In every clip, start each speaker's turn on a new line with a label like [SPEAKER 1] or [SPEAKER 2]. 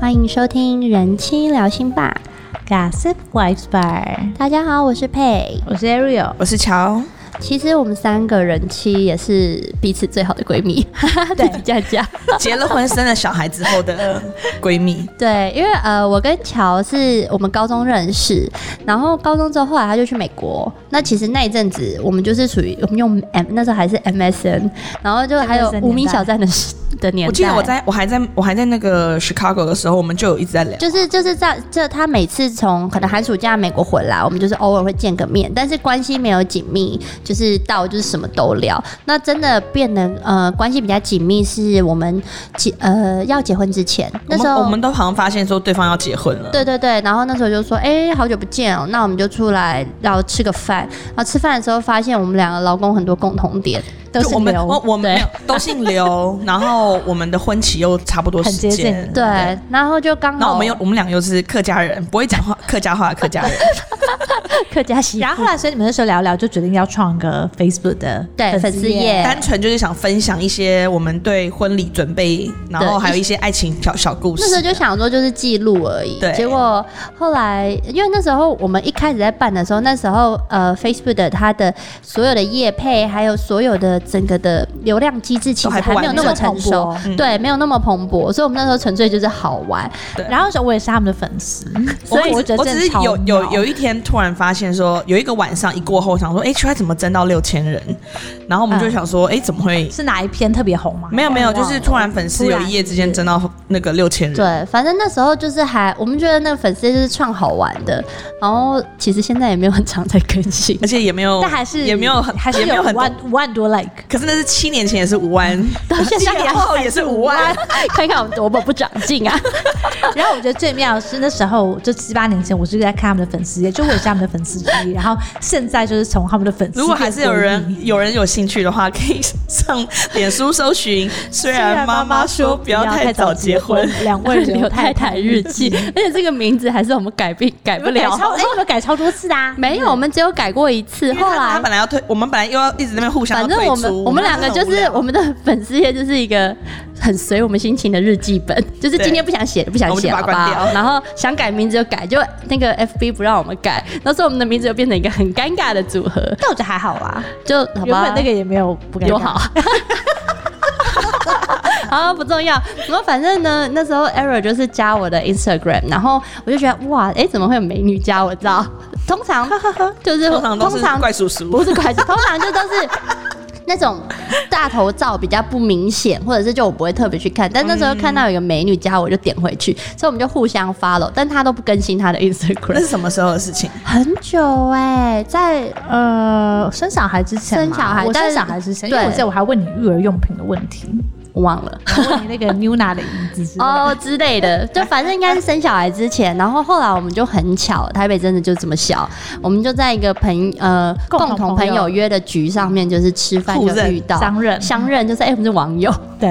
[SPEAKER 1] 欢迎收听《人妻聊心吧
[SPEAKER 2] Gossip Wives》。Bar，
[SPEAKER 1] 大家好，我是佩。
[SPEAKER 2] 我是 Ariel。
[SPEAKER 3] 我是 乔，
[SPEAKER 1] 其实我们三个人妻也是彼此最好的闺 蜜，哈哈， 自己这样讲。
[SPEAKER 3] 结了婚生了小孩之 后的闺蜜，
[SPEAKER 1] 对，因为呃，我跟乔是我们高中认识，然后高中之后，后来他就去美国。那其实那一阵子，我们就是属于我们用 M，那时候还是 MSN，然后就还有
[SPEAKER 2] MSN 年代
[SPEAKER 1] 无名小站的时的年代。
[SPEAKER 3] 我记得我在我还在我还在那个 Chicago 的时候，我们就有一直在聊。
[SPEAKER 1] 就是就是在这，他每次从可能寒暑假美国回来，我们就是偶尔会见个面，但是关系没有紧密，就是到就是什么都聊。那真的变得呃关系比较紧密，是我们结呃要结婚之前，那
[SPEAKER 3] 我
[SPEAKER 1] 时
[SPEAKER 3] 们
[SPEAKER 1] 候
[SPEAKER 3] 我们都好像发现说对方要结婚了，
[SPEAKER 1] 对对对，然后那时候就说，哎、好久不见哦，那我们就出来，然后吃个饭。然后吃饭的时候发现我们两个老公很多共同点，
[SPEAKER 2] 都
[SPEAKER 3] 就是我们
[SPEAKER 2] 刘
[SPEAKER 3] 我我们没
[SPEAKER 2] 对
[SPEAKER 3] 有都 姓刘，然后我们的婚期又差不多
[SPEAKER 2] 很
[SPEAKER 3] 时
[SPEAKER 2] 接近
[SPEAKER 3] 间，
[SPEAKER 1] 对，然后就刚
[SPEAKER 3] 然后
[SPEAKER 1] 好
[SPEAKER 3] 我们又我们俩又是客家人，不会讲话客家话的客家 人，
[SPEAKER 1] 客家媳
[SPEAKER 2] 然后后来，所以你们那时候聊聊，就决定要创个 Facebook 的
[SPEAKER 1] 对粉丝页，
[SPEAKER 3] 单纯就是想分享一些我们对婚礼准备，然
[SPEAKER 1] 对
[SPEAKER 3] 后还有一些爱情小小故事。
[SPEAKER 1] 那时候就想说就是记录而已，
[SPEAKER 3] 啊对
[SPEAKER 1] 结果后来因为那时候我们一开始在办的时候，那时候呃 Facebook 的它的所有的业配，还有所有的整个的流量机制，其实
[SPEAKER 3] 都还不
[SPEAKER 1] 还没有
[SPEAKER 3] 完
[SPEAKER 1] 那么
[SPEAKER 2] 整
[SPEAKER 1] 成熟，
[SPEAKER 2] 没有那么
[SPEAKER 3] 蓬勃嗯
[SPEAKER 1] 对，没有那么蓬勃，所以我们那时候纯粹就是好玩，
[SPEAKER 3] 对
[SPEAKER 2] 然后那时候我也是他们的粉丝，所以
[SPEAKER 3] 我
[SPEAKER 2] 我觉得
[SPEAKER 3] 我只是
[SPEAKER 2] 真的
[SPEAKER 3] 有
[SPEAKER 2] 超
[SPEAKER 3] 有
[SPEAKER 2] 妙
[SPEAKER 3] 有一天突然发现说，有一个晚上一过后，想说，哎、奇怪怎么增到六千人？然后我们就
[SPEAKER 2] 嗯
[SPEAKER 3] 想说，哎、怎么会？
[SPEAKER 2] 是哪一篇特别红吗？
[SPEAKER 3] 没有没有，
[SPEAKER 2] 我忘
[SPEAKER 3] 就
[SPEAKER 2] 了
[SPEAKER 3] 是突然粉丝
[SPEAKER 2] 突
[SPEAKER 3] 有
[SPEAKER 2] 然
[SPEAKER 3] 一夜之间增到那个六千人。
[SPEAKER 1] 对，反正那时候就是还，我们觉得那个粉丝就是创好玩的，然后其实现在也没有很常在更 新。
[SPEAKER 3] 而且也没有，
[SPEAKER 2] 但还是
[SPEAKER 3] 也没有很，
[SPEAKER 2] 还是
[SPEAKER 3] 也没有
[SPEAKER 2] 有
[SPEAKER 3] 很
[SPEAKER 2] 五
[SPEAKER 3] 多。
[SPEAKER 2] 万五万多 like。
[SPEAKER 3] 可是那是七年前也是五 万，
[SPEAKER 1] 到现在
[SPEAKER 3] 七年
[SPEAKER 1] 还
[SPEAKER 3] 后也是五万。
[SPEAKER 1] 看看我们多么不长进 啊！
[SPEAKER 2] 然后我觉得最妙的是那时候就七八年前，我是在看他们的粉丝页，就我也是他们的粉丝之一。然后现在就是从他们的粉丝，
[SPEAKER 3] 如果还是有人有人有兴趣的话，可以上脸书搜寻。虽
[SPEAKER 2] 虽
[SPEAKER 3] 然妈妈说不要太早结 婚，，
[SPEAKER 2] 两位
[SPEAKER 1] 刘
[SPEAKER 2] 刘
[SPEAKER 1] 太
[SPEAKER 2] 太
[SPEAKER 1] 太
[SPEAKER 2] 太
[SPEAKER 1] 日
[SPEAKER 2] 日
[SPEAKER 1] 记
[SPEAKER 2] 记，
[SPEAKER 1] 而且这个名字还是我们改并改不
[SPEAKER 2] 不了
[SPEAKER 1] 了，，
[SPEAKER 2] 哎，你们改超多次的啊，
[SPEAKER 1] 没有，我们只有改过一次，
[SPEAKER 3] 因为
[SPEAKER 1] 后
[SPEAKER 3] 他他
[SPEAKER 1] 来
[SPEAKER 3] 本来要推，我们本来又要一直在那边互相要
[SPEAKER 1] 反
[SPEAKER 3] 推
[SPEAKER 1] 正
[SPEAKER 3] 出。
[SPEAKER 1] 我们我们两个就是我们的粉丝页就是一个很随我们心情的日记本，就是
[SPEAKER 3] 对
[SPEAKER 1] 今天不想写不想
[SPEAKER 3] 我们就
[SPEAKER 1] 写，
[SPEAKER 3] 把
[SPEAKER 1] 好
[SPEAKER 3] 它
[SPEAKER 1] 不好
[SPEAKER 3] 关掉
[SPEAKER 1] 然后想改名字就改，就那个 FB 不让我们改，那时候我们的名字就变成一个很尴尬的组合，
[SPEAKER 2] 但我觉得还好啦，
[SPEAKER 1] 就好
[SPEAKER 2] 原
[SPEAKER 1] 吧
[SPEAKER 2] 本那个也没有不敢
[SPEAKER 1] 有好。好，不重要。然后反正呢，那时候 Error 就是加我的 Instagram，然后我就觉得哇，哎、怎么会有美女加我照？通 常就是
[SPEAKER 3] 通常都是怪叔叔，
[SPEAKER 1] 不是怪兽，通常就都是那种大头照比较不明显，或者是就我不会特别去看。但那时候看到有一个美女加我，就点回去，所以我们就互相 follow，但她都不更新她的
[SPEAKER 3] 那
[SPEAKER 1] Instagram
[SPEAKER 3] 是什么时候的事情？
[SPEAKER 1] 很久哎、在
[SPEAKER 2] 呃，生小孩之前嘛，
[SPEAKER 1] 生小孩
[SPEAKER 2] 我
[SPEAKER 1] 但
[SPEAKER 2] 生
[SPEAKER 1] 是
[SPEAKER 2] 小孩之前，因为
[SPEAKER 1] 对
[SPEAKER 2] 我记得我还问你育儿用品的问题，
[SPEAKER 1] 我忘了。
[SPEAKER 2] 然后问你那个 Nuna 的椅子是
[SPEAKER 1] 哦之类的，就反正应该是生小孩之前，然后后来我们就很巧，台北真的就这么小，我们就在一个朋呃
[SPEAKER 2] 共同
[SPEAKER 1] 共同朋
[SPEAKER 2] 朋
[SPEAKER 1] 友
[SPEAKER 2] 友
[SPEAKER 1] 约的局上面，就是吃饭
[SPEAKER 3] 互
[SPEAKER 1] 就
[SPEAKER 3] 认
[SPEAKER 1] 遇到
[SPEAKER 2] 相认
[SPEAKER 1] 相认就是哎、我们是网友，
[SPEAKER 2] 对，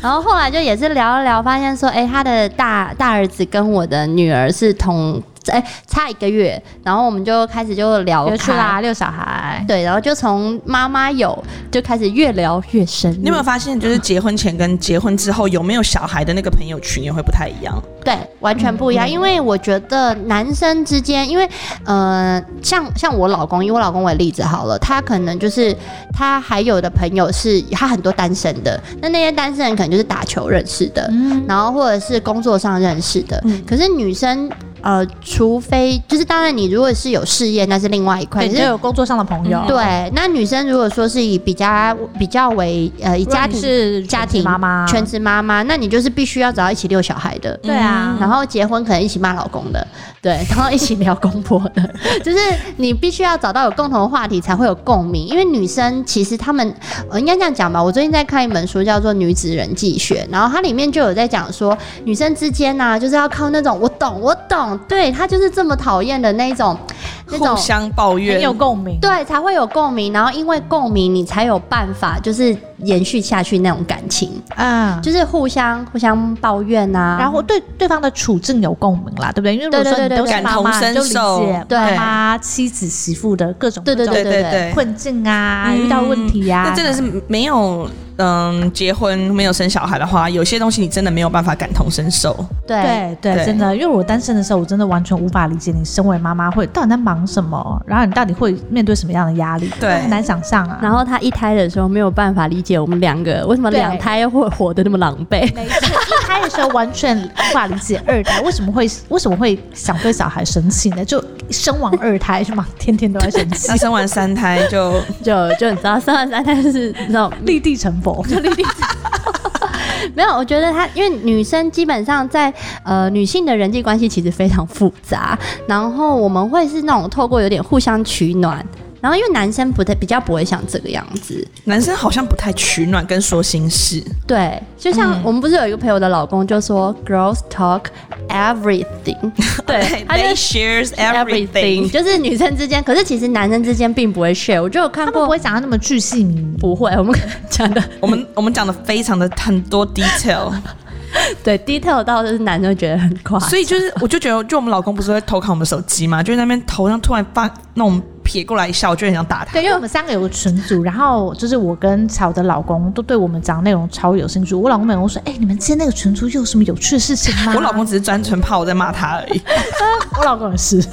[SPEAKER 1] 然后后来就也是聊一聊，发现说，哎、他的大大儿子跟我的女儿是同，哎、差一个月，然后我们就开始就聊
[SPEAKER 2] 有去
[SPEAKER 1] 开
[SPEAKER 2] 啦，遛小孩，
[SPEAKER 1] 对，然后就从妈妈有就开始越聊越深入，
[SPEAKER 3] 你有没有发现，就是结婚前跟结婚之后有没有小孩的那个朋友群也会不太一样？
[SPEAKER 1] 对，完全不一
[SPEAKER 2] 嗯
[SPEAKER 1] 样。因为我觉得男生之间，因为呃，像像我老公，以我老公为例子好了，他可能就是他还有的朋友是他很多单身的，那那些单身人可能就是打球认识的，
[SPEAKER 2] 嗯
[SPEAKER 1] 然后或者是工作上认识的。可是女生。呃，除非就是，当然你如果是有事业，那是另外一块。
[SPEAKER 2] 对，
[SPEAKER 1] 可
[SPEAKER 2] 就是哦有工作上的朋友，
[SPEAKER 1] 嗯对，那女生如果说是以比较比较为呃以
[SPEAKER 2] 如果
[SPEAKER 1] 家
[SPEAKER 2] 你
[SPEAKER 1] 庭
[SPEAKER 2] 是
[SPEAKER 1] 家
[SPEAKER 2] 全职
[SPEAKER 1] 庭
[SPEAKER 2] 妈妈，
[SPEAKER 1] 全职妈妈，那你就是必须要找到一起遛小孩的。
[SPEAKER 2] 啊对啊，
[SPEAKER 1] 然后结婚可能一起骂老公的，对，然后一起 聊公婆的，就是你必须要找到有共同的话题才会有共鸣。因为女生其实她们，呃，应该这样讲吧。我最近在看一本书叫做《女子人际学》，然后它里面就有在讲说，女生之间呢、就是要靠那种我懂我懂，对她就是这么讨厌的那一种那
[SPEAKER 3] 互
[SPEAKER 1] 种
[SPEAKER 3] 相抱
[SPEAKER 2] 很
[SPEAKER 3] 怨，
[SPEAKER 2] 有共鸣。
[SPEAKER 1] 对才会有共鸣，然后因为共鸣你才有办法就是延续下去那种感情，
[SPEAKER 2] 啊，
[SPEAKER 1] 就是互相互相抱怨啊，
[SPEAKER 2] 然后对对方的处境有共鸣啦，对不对？因为如果
[SPEAKER 1] 对
[SPEAKER 2] 说
[SPEAKER 1] 对
[SPEAKER 2] 你
[SPEAKER 1] 对
[SPEAKER 2] 都
[SPEAKER 1] 对
[SPEAKER 2] 是
[SPEAKER 1] 对
[SPEAKER 2] 妈妈，
[SPEAKER 3] 感
[SPEAKER 2] 你就
[SPEAKER 3] 同
[SPEAKER 2] 理
[SPEAKER 3] 身受
[SPEAKER 2] 解
[SPEAKER 1] 对
[SPEAKER 2] 妈妈、妻子、媳妇的各种
[SPEAKER 1] 对对对
[SPEAKER 3] 对对
[SPEAKER 1] 对
[SPEAKER 3] 对
[SPEAKER 1] 对，
[SPEAKER 2] 困境啊，
[SPEAKER 3] 嗯
[SPEAKER 2] 遇到问题呀、
[SPEAKER 3] 那真的是没有嗯结婚没有生小孩的话，有些东西你真的没有办法感同身受。
[SPEAKER 1] 对
[SPEAKER 2] 对对
[SPEAKER 3] 对
[SPEAKER 2] 真的，因为我单身的时候，我真的完全无法理解你身为妈妈会到底在忙什么，然后你到底会面对什么样的压力，
[SPEAKER 3] 对
[SPEAKER 2] 很难想象啊。
[SPEAKER 1] 然后他一胎的时候没有办法理解我们两个为什么
[SPEAKER 2] 对
[SPEAKER 1] 两胎会活得那么狼狈，
[SPEAKER 2] 每次一胎的时候完全无法理解二胎为什么会为什么会想对小孩生气呢？就生完二胎是吗？天天都在生气
[SPEAKER 3] 那，生完三胎就
[SPEAKER 1] 就就你知道生完三胎就是那种
[SPEAKER 2] 立地成 佛。
[SPEAKER 1] 没有，我觉得她因为女生基本上在呃女性的人际关系其实非常复杂，然后我们会是那种透过有点互相取暖，然后因为男生不太比较不会像这个样子，
[SPEAKER 3] 男生好像不太取暖跟说心事，
[SPEAKER 1] 对，就像我们不是有一个朋友的老公就 说、girls talk everything，对， 他就
[SPEAKER 3] they shares
[SPEAKER 1] everything，
[SPEAKER 3] everything。
[SPEAKER 1] 就是女生之间，可是其实男生之间并不会 share，我就有看
[SPEAKER 2] 他们不
[SPEAKER 1] 过。
[SPEAKER 2] 会讲到那么巨细靡遗，
[SPEAKER 1] 不会，我们讲的
[SPEAKER 3] 我们我们讲的非常的很多 detail，
[SPEAKER 1] 对 detail 到就是男生觉得很快，
[SPEAKER 3] 所以就是我就觉得，就我们老公不是会偷看我们手机嘛，就在那边头上突然发那种撇过来一下，我就很想打他。
[SPEAKER 2] 对，因为我们三个有个群组，然后就是我跟乔的老公都对我们讲的内容超有兴趣。我老公每天说：“哎、你们今天那个群组有什么有趣的事情
[SPEAKER 1] 啊
[SPEAKER 2] 吗？”
[SPEAKER 3] 我老公只是专程怕我在骂他而 已。
[SPEAKER 2] 我老公也是，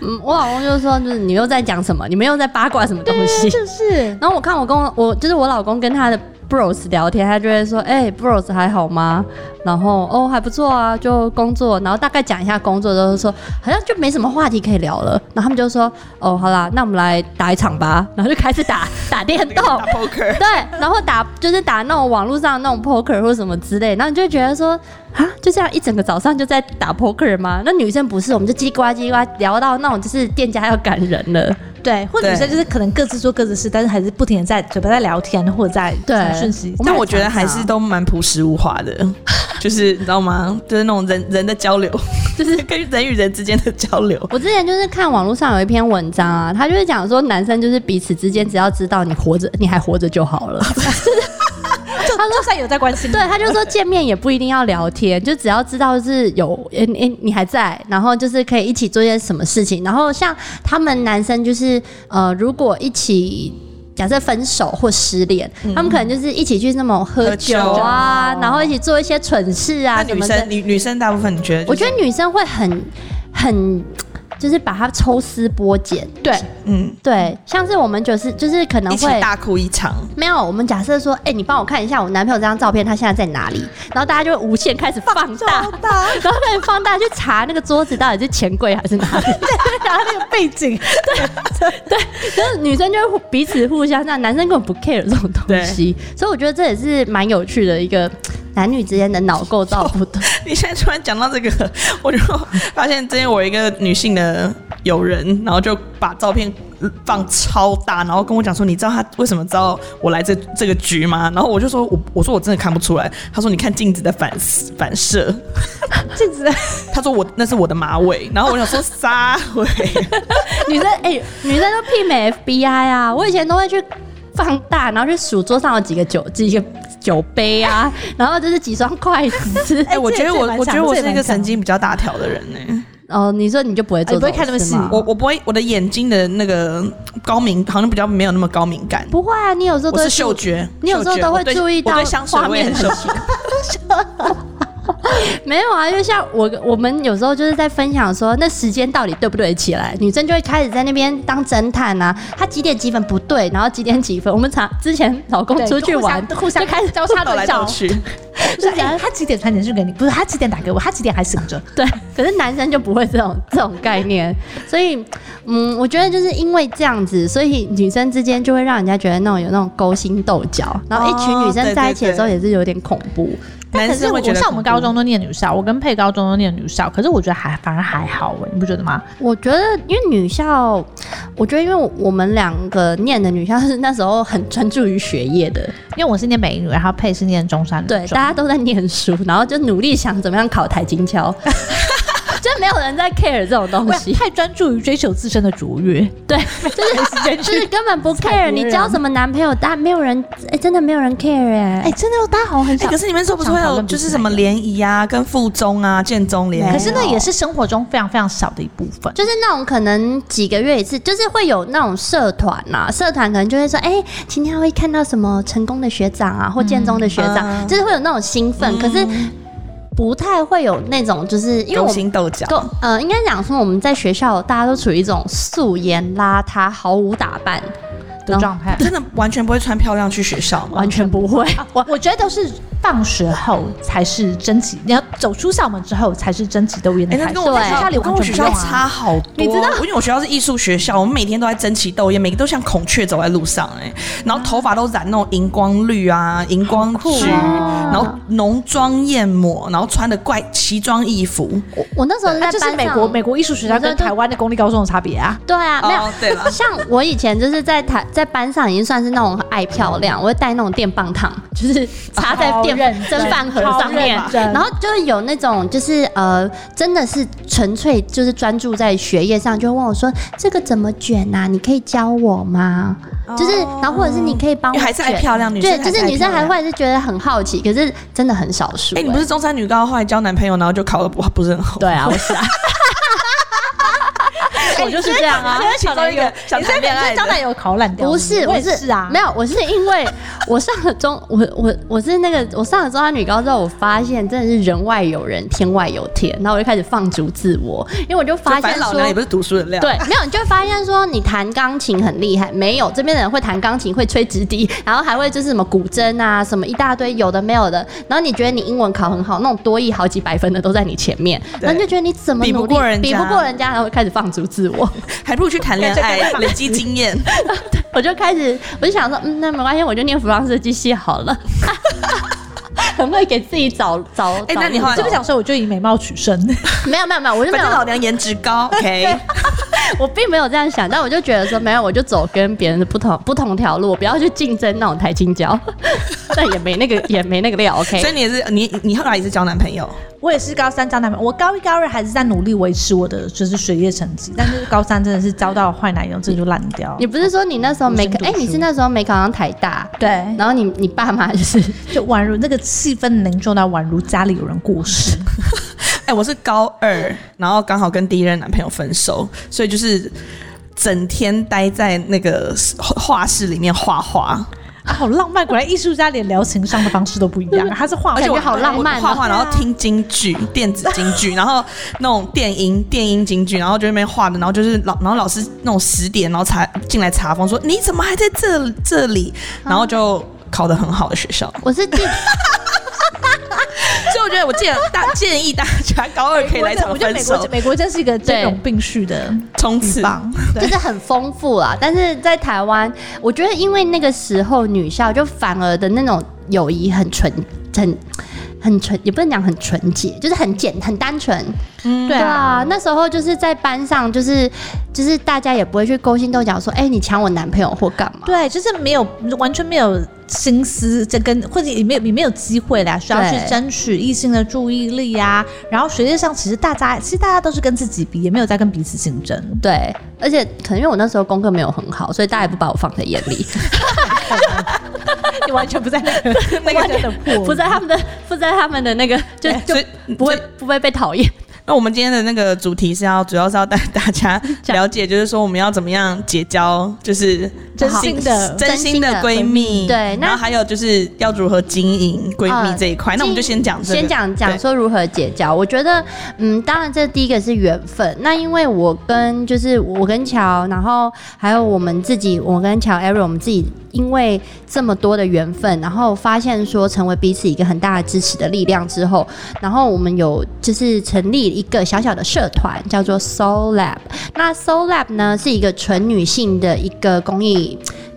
[SPEAKER 1] 嗯，我老公就说，就是你又在讲什么？你们又在八卦什么东西？
[SPEAKER 2] 就是
[SPEAKER 1] 然后我看我跟我我就是我老公跟他的 bros 聊天，他就会说，哎、b r o s 还好吗？然后哦还不错啊，就工作，然后大概讲一下工作，都是说好像就没什么话题可以聊了。然后他们就说，哦好啦，那我们来打一场吧，然后就开始打打电动。
[SPEAKER 3] 打 poker，
[SPEAKER 1] 对，然后打就是打那种网络上那种 poker 或什么之类，然后你就会觉得说啊，就这样一整个早上就在打 poker 吗？那女生不是，我们就叽里呱啦叽里呱啦聊到那种就是店家要赶人了。
[SPEAKER 2] 对，或者
[SPEAKER 3] 对
[SPEAKER 2] 女生就是可能各自做各自的事，但是还是不停的在嘴巴在聊天或者在
[SPEAKER 1] 对
[SPEAKER 2] 传讯息。
[SPEAKER 3] 但我觉得
[SPEAKER 1] 啊
[SPEAKER 3] 还是都蛮朴实无华的，就是你知道吗？就是那种人人的 交流，就是跟人与人之间的交流。
[SPEAKER 1] 我之前就是看网络上有一篇文章啊，他就是讲说男生就是彼此之间只要知道你活着，你还活着就好了。
[SPEAKER 2] 就就算有在关 心你，
[SPEAKER 1] 对，他就说见面也不一定要聊天，就只要知道是有诶诶、你还在，然后就是可以一起做些什么事情。然后像他们男生就是呃，如果一起。假设分手或失恋，他们可能就是一起去那种喝
[SPEAKER 3] 嗯喝
[SPEAKER 1] 酒
[SPEAKER 3] 酒
[SPEAKER 1] 啊，然后一起做一些蠢事啊
[SPEAKER 3] 那
[SPEAKER 1] 什
[SPEAKER 3] 女
[SPEAKER 1] 么的
[SPEAKER 3] 生。女女生大部分你觉得就是？
[SPEAKER 1] 我觉得女生会很很，就是把它抽丝剥茧。
[SPEAKER 2] 对
[SPEAKER 3] 嗯，
[SPEAKER 1] 对，像是我们就是就是可能
[SPEAKER 3] 一起
[SPEAKER 1] 会
[SPEAKER 3] 大哭一场。
[SPEAKER 1] 没有，我们假设说，哎、你帮我看一下我男朋友这张照片，他现在在哪里？然后大家就会无限开始放大， 然后开始放大去查那个桌子到底是钱柜还是哪里。
[SPEAKER 2] 然后那个背景，
[SPEAKER 1] 就是女生就会互彼此互相，那男生根本不 care 这种东西，所以我觉得这也是蛮有趣的一个男女之间的脑构造不同。
[SPEAKER 3] 你现在突然讲到这个， 我就发现之前我一个女性的友人，然后就把照片放超大，然后跟我讲说，你知道她为什么知道我来这这个局吗？然后我就说我我说我真的看不出来，她说你看镜子的反反射，
[SPEAKER 2] 镜子
[SPEAKER 3] 她说我那是我的马尾，然后我想说撒尾，
[SPEAKER 1] 女生哎、女生都媲美 FBI 啊！我以前都会去放大，然后去数桌上有几个酒几个酒杯啊，然后就是几双筷 子。
[SPEAKER 3] 哎、我觉得
[SPEAKER 2] 这也
[SPEAKER 3] 我
[SPEAKER 2] 蛮
[SPEAKER 3] 我觉
[SPEAKER 2] 像
[SPEAKER 3] 得我
[SPEAKER 2] 这也
[SPEAKER 3] 是一个
[SPEAKER 2] 蛮像
[SPEAKER 3] 神经比较大条的人欸呢、
[SPEAKER 1] 哦，你说你就不会做
[SPEAKER 2] 哎你
[SPEAKER 1] 这
[SPEAKER 2] 不
[SPEAKER 1] 种
[SPEAKER 2] 会
[SPEAKER 1] 事吗，
[SPEAKER 2] 看那么细
[SPEAKER 3] 我我不会我的眼睛的那个高敏好像比较没有那么高敏感，
[SPEAKER 1] 不会啊，你有时候都
[SPEAKER 3] 我
[SPEAKER 1] 会
[SPEAKER 3] 是嗅觉，
[SPEAKER 1] 你有时候
[SPEAKER 3] 嗅觉
[SPEAKER 1] 都会
[SPEAKER 3] 我对
[SPEAKER 1] 注意到
[SPEAKER 3] 我对香水
[SPEAKER 1] 画
[SPEAKER 3] 味
[SPEAKER 1] 面
[SPEAKER 3] 很
[SPEAKER 1] 很
[SPEAKER 3] 熟。
[SPEAKER 1] 没有啊，就像我我们有时候就是在分享说，那时间到底对不对起来？女生就会开始在那边当侦探啊，她几点几分不对，然后几点几分？我们常之前老公
[SPEAKER 2] 对
[SPEAKER 1] 出去
[SPEAKER 2] 就互相
[SPEAKER 1] 玩，
[SPEAKER 2] 互相
[SPEAKER 1] 就开始
[SPEAKER 2] 交 叉
[SPEAKER 3] 斗来
[SPEAKER 2] 对
[SPEAKER 3] 斗
[SPEAKER 2] 照，
[SPEAKER 3] 去，
[SPEAKER 2] 就是哎、他几点传简讯给你？不是他几点打给我？他几点还醒着？
[SPEAKER 1] 对，可是男生就不会这种这种概念，所以嗯，我觉得就是因为这样子，所以女生之间就会让人家觉得那种有那种勾心斗角，然
[SPEAKER 3] 哦
[SPEAKER 1] 后一哎群女生在一起的时候也是有点恐怖。
[SPEAKER 2] 但
[SPEAKER 3] 男
[SPEAKER 2] 可是
[SPEAKER 3] 生
[SPEAKER 2] 我
[SPEAKER 3] 会觉得
[SPEAKER 2] 像我们高中都念女校，我跟佩高中都念女校，可是我觉得还反而还好哎、你不觉得吗？
[SPEAKER 1] 我觉得，因为女校，我觉得因为我们两个念的女校是那时候很专注于学业的，
[SPEAKER 2] 因为我是念北一女，然后佩是念中山女
[SPEAKER 1] 对，
[SPEAKER 2] 中
[SPEAKER 1] 大家都在念书，然后就努力想怎么样考台金桥。就没有人在 care 这种东西
[SPEAKER 2] 不。太专注于追求自身的卓越，
[SPEAKER 1] 对，
[SPEAKER 2] 没时间
[SPEAKER 1] 就是
[SPEAKER 2] 去。
[SPEAKER 1] 根本 不
[SPEAKER 2] 踩别
[SPEAKER 1] care
[SPEAKER 2] 人
[SPEAKER 1] 你交什么男朋友，但没有人，哎、真的没有人 care 哎、
[SPEAKER 2] 哎，真的，大家好像很少
[SPEAKER 3] 可。是你们说不是会有就是什么联谊啊、跟附中啊、建中联谊？
[SPEAKER 2] 可是那也是生活中非常非常少的一部分。
[SPEAKER 1] 就是那种可能几个月一次，就是会有那种社团呐、社团可能就会说，哎、今天会看到什么成功的学长啊，或建中的学长，
[SPEAKER 3] 嗯
[SPEAKER 1] 就是会有那种兴奋，
[SPEAKER 3] 嗯
[SPEAKER 1] 可是不太会有那种，就是因为
[SPEAKER 3] 勾
[SPEAKER 1] 我
[SPEAKER 3] 心
[SPEAKER 1] 们。
[SPEAKER 3] 斗角，
[SPEAKER 1] 够呃，应该讲说我们在学校大家都处于一种素颜邋遢、毫无打扮
[SPEAKER 2] 的
[SPEAKER 1] 然后
[SPEAKER 2] 状态。
[SPEAKER 3] 真的完全不会穿漂亮去学校吗？
[SPEAKER 1] 完全不会。
[SPEAKER 2] 我我觉得都是放学后才是争奇，你要走出校门之后才是争奇斗艳的
[SPEAKER 3] 哎、
[SPEAKER 2] 开
[SPEAKER 3] 那
[SPEAKER 2] 始。
[SPEAKER 3] 跟我
[SPEAKER 1] 对
[SPEAKER 3] 学校
[SPEAKER 2] 家里
[SPEAKER 3] 我跟我
[SPEAKER 2] 完
[SPEAKER 3] 学
[SPEAKER 2] 全
[SPEAKER 3] 校
[SPEAKER 2] 不用啊
[SPEAKER 3] 差好多。
[SPEAKER 1] 你知道
[SPEAKER 3] 因为我学校是艺术学校，我们每天都在争奇斗艳，每个都像孔雀走在路上哎、然后头发都染那种荧光绿啊、荧光橘，
[SPEAKER 1] 哦
[SPEAKER 3] 然后浓妆艳抹，然后穿的怪奇装异服。
[SPEAKER 1] 我我那时候
[SPEAKER 2] 那
[SPEAKER 1] 在
[SPEAKER 2] 哎就
[SPEAKER 1] 班上，
[SPEAKER 2] 是美国美国艺术学校
[SPEAKER 1] 对
[SPEAKER 2] 跟
[SPEAKER 1] 对
[SPEAKER 2] 台湾的公立高中的差别啊。
[SPEAKER 1] 对啊，没有。
[SPEAKER 3] 哦，对了，
[SPEAKER 1] 像我以前就是在台在班上已经算是那种很爱漂亮，我会带那种电棒糖，就是插在
[SPEAKER 2] 超
[SPEAKER 1] 电
[SPEAKER 2] 认真
[SPEAKER 1] 蒸饭盒上面
[SPEAKER 2] 超认，真
[SPEAKER 1] 然后就会有那种就是呃，真的是纯粹就是专注在学业上，就会问我说这个怎么卷啊？你可以教我吗？
[SPEAKER 2] 哦
[SPEAKER 1] 就是，然后或者是你可以帮
[SPEAKER 3] 因
[SPEAKER 1] 我
[SPEAKER 3] 为还是爱
[SPEAKER 1] 卷
[SPEAKER 3] 漂亮女生
[SPEAKER 1] 对，
[SPEAKER 3] 还
[SPEAKER 1] 就是是
[SPEAKER 3] 爱
[SPEAKER 1] 女生
[SPEAKER 3] 漂
[SPEAKER 1] 还
[SPEAKER 3] 亮
[SPEAKER 1] 会是觉得很好奇，可是真的很少数、
[SPEAKER 3] 哎、你不
[SPEAKER 1] 欸
[SPEAKER 3] 是中山女高，后来交男朋友，然后就考的不不是很好。
[SPEAKER 2] 对 啊，我是啊。我就是这样啊，
[SPEAKER 3] 其中一个想谈恋爱
[SPEAKER 2] 张
[SPEAKER 3] 的，
[SPEAKER 2] 奶有考烂掉吗，
[SPEAKER 1] 不是，
[SPEAKER 2] 我
[SPEAKER 1] 我
[SPEAKER 2] 也是啊，
[SPEAKER 1] 没有，我是因 为我上了中，我我我是那个我上了中山女高之后，我发现真的是人外有人，天外有天，然后我就开始放逐自我，因为我就发
[SPEAKER 3] 就
[SPEAKER 1] 现
[SPEAKER 3] 反正老
[SPEAKER 1] 说
[SPEAKER 3] 娘。也不是读书的料。
[SPEAKER 1] 对，没有，你就会发现说你弹钢琴很厉害，没有这边的人会弹钢琴，会吹直笛，然后还会就是什么古筝啊，什么一大堆有的没有的。然后你觉得你英文考很好，那种多益好几百分的都在你前面，然后你就觉得你怎么
[SPEAKER 3] 比不
[SPEAKER 1] 努力
[SPEAKER 3] 过人
[SPEAKER 1] 比不
[SPEAKER 3] 家
[SPEAKER 1] 过人家，然后开始放逐自我。
[SPEAKER 3] 还不如去谈恋爱，累积经验。
[SPEAKER 1] 我就开始，我就想说，嗯，那没关系，我就念服装设计系好了。 很会给自己找找。
[SPEAKER 3] 哎
[SPEAKER 1] 找
[SPEAKER 3] 那你
[SPEAKER 1] 路
[SPEAKER 3] 后来
[SPEAKER 2] 这么想说我就以美貌取胜，
[SPEAKER 1] 没有没有没有，我就没
[SPEAKER 3] 反正老
[SPEAKER 1] 有，
[SPEAKER 3] 娘颜值高，OK。
[SPEAKER 1] 我并没有这样想，但我就觉得说，没有，我就走跟别人的不同不同条路，我不要去竞争那种台青椒， 但也没那个也没那个料
[SPEAKER 3] 所
[SPEAKER 1] ，OK。
[SPEAKER 3] 以你也是你你后来也是交男朋友，
[SPEAKER 2] 我也是高三交男朋友，我高一高二还是在努力维持我的就是学业成绩，但是高三真的是交到坏男友，这就烂掉。
[SPEAKER 1] 你不是说你那时候没
[SPEAKER 2] 我先
[SPEAKER 1] 考？
[SPEAKER 2] 读
[SPEAKER 1] 哎、你是
[SPEAKER 2] 书
[SPEAKER 1] 那时候没考上台大，
[SPEAKER 2] 对，
[SPEAKER 1] 然后你你爸妈就是
[SPEAKER 2] 就宛如那个气氛凝重到宛如家里有人过世，
[SPEAKER 3] 哎、我是高二，然后刚好跟第一任男朋友分手，所以就是整天待在那个画室里面画画，
[SPEAKER 2] 啊好浪漫。果然艺术家连聊情商的方式都不一样，他是画
[SPEAKER 3] 而且我
[SPEAKER 1] 感觉好浪漫哦
[SPEAKER 3] 画画，然后听京剧、电子京 剧，然后那种电音、电音京剧，然后就在那边画的，然后就是老，然后老师那种十点，然后查进来查封说你怎么还在这这里，然后
[SPEAKER 2] 啊
[SPEAKER 3] 就考得很好的学校。
[SPEAKER 1] 我是记
[SPEAKER 3] 所以我觉得，我建大建议大家高二可以来一场
[SPEAKER 2] 我觉
[SPEAKER 3] 分
[SPEAKER 2] 得美
[SPEAKER 3] 手
[SPEAKER 2] 国，美国真是一个兼容并蓄的
[SPEAKER 3] 冲
[SPEAKER 2] 地
[SPEAKER 3] 刺。
[SPEAKER 2] 方，
[SPEAKER 1] 就
[SPEAKER 2] 对
[SPEAKER 1] 是很丰富啦。但是在台湾，我觉得因为那个时候女校就反而的那种友谊很纯，很很纯，也不能讲很纯洁，就是很简很单纯。
[SPEAKER 2] 对
[SPEAKER 1] 对
[SPEAKER 2] 啊。
[SPEAKER 1] 啊，那时候就是在班上，就是就是大家也不会去勾心斗角说，哎、你抢我男朋友或干嘛。
[SPEAKER 2] 对，就是没有完全没有心思，这跟或者也没有也没有机会啦，需要去
[SPEAKER 1] 对
[SPEAKER 2] 争取异性的注意力啊。然后学业上，其实大家其实大家都是跟自己比，也没有在跟彼此竞争。
[SPEAKER 1] 对，而且可能因为我那时候功课没有很好，所以大家也不把我放在眼里，
[SPEAKER 2] 你完全不在那个那个真的破，
[SPEAKER 1] 不在他们的不在他们的那个就就
[SPEAKER 3] 所以
[SPEAKER 1] 不会
[SPEAKER 3] 所
[SPEAKER 1] 不会被讨厌。
[SPEAKER 3] 那我们今天的那个主题是要主要是要带 大家
[SPEAKER 1] 讲
[SPEAKER 3] 了解，就是说我们要怎么样结交，就是
[SPEAKER 2] 真心的
[SPEAKER 3] 真心的闺蜜。
[SPEAKER 1] 对那呃
[SPEAKER 3] 然后还有就是要如何经营闺蜜这一块。那我们就先讲这个，
[SPEAKER 1] 先讲讲
[SPEAKER 3] 对
[SPEAKER 1] 说如何结交。我觉得，嗯，当然这第一个是缘分。那因为我跟就是我跟乔，然后还有我们自己，我跟乔 Aaron，我们自己因为这么多的缘分，然后发现说成为彼此一个很大的支持的力量之后，然后我们有就是成立一个小小的社团，叫做 Soul Lab。那 Soul Lab 呢是一个纯女性的一个公益。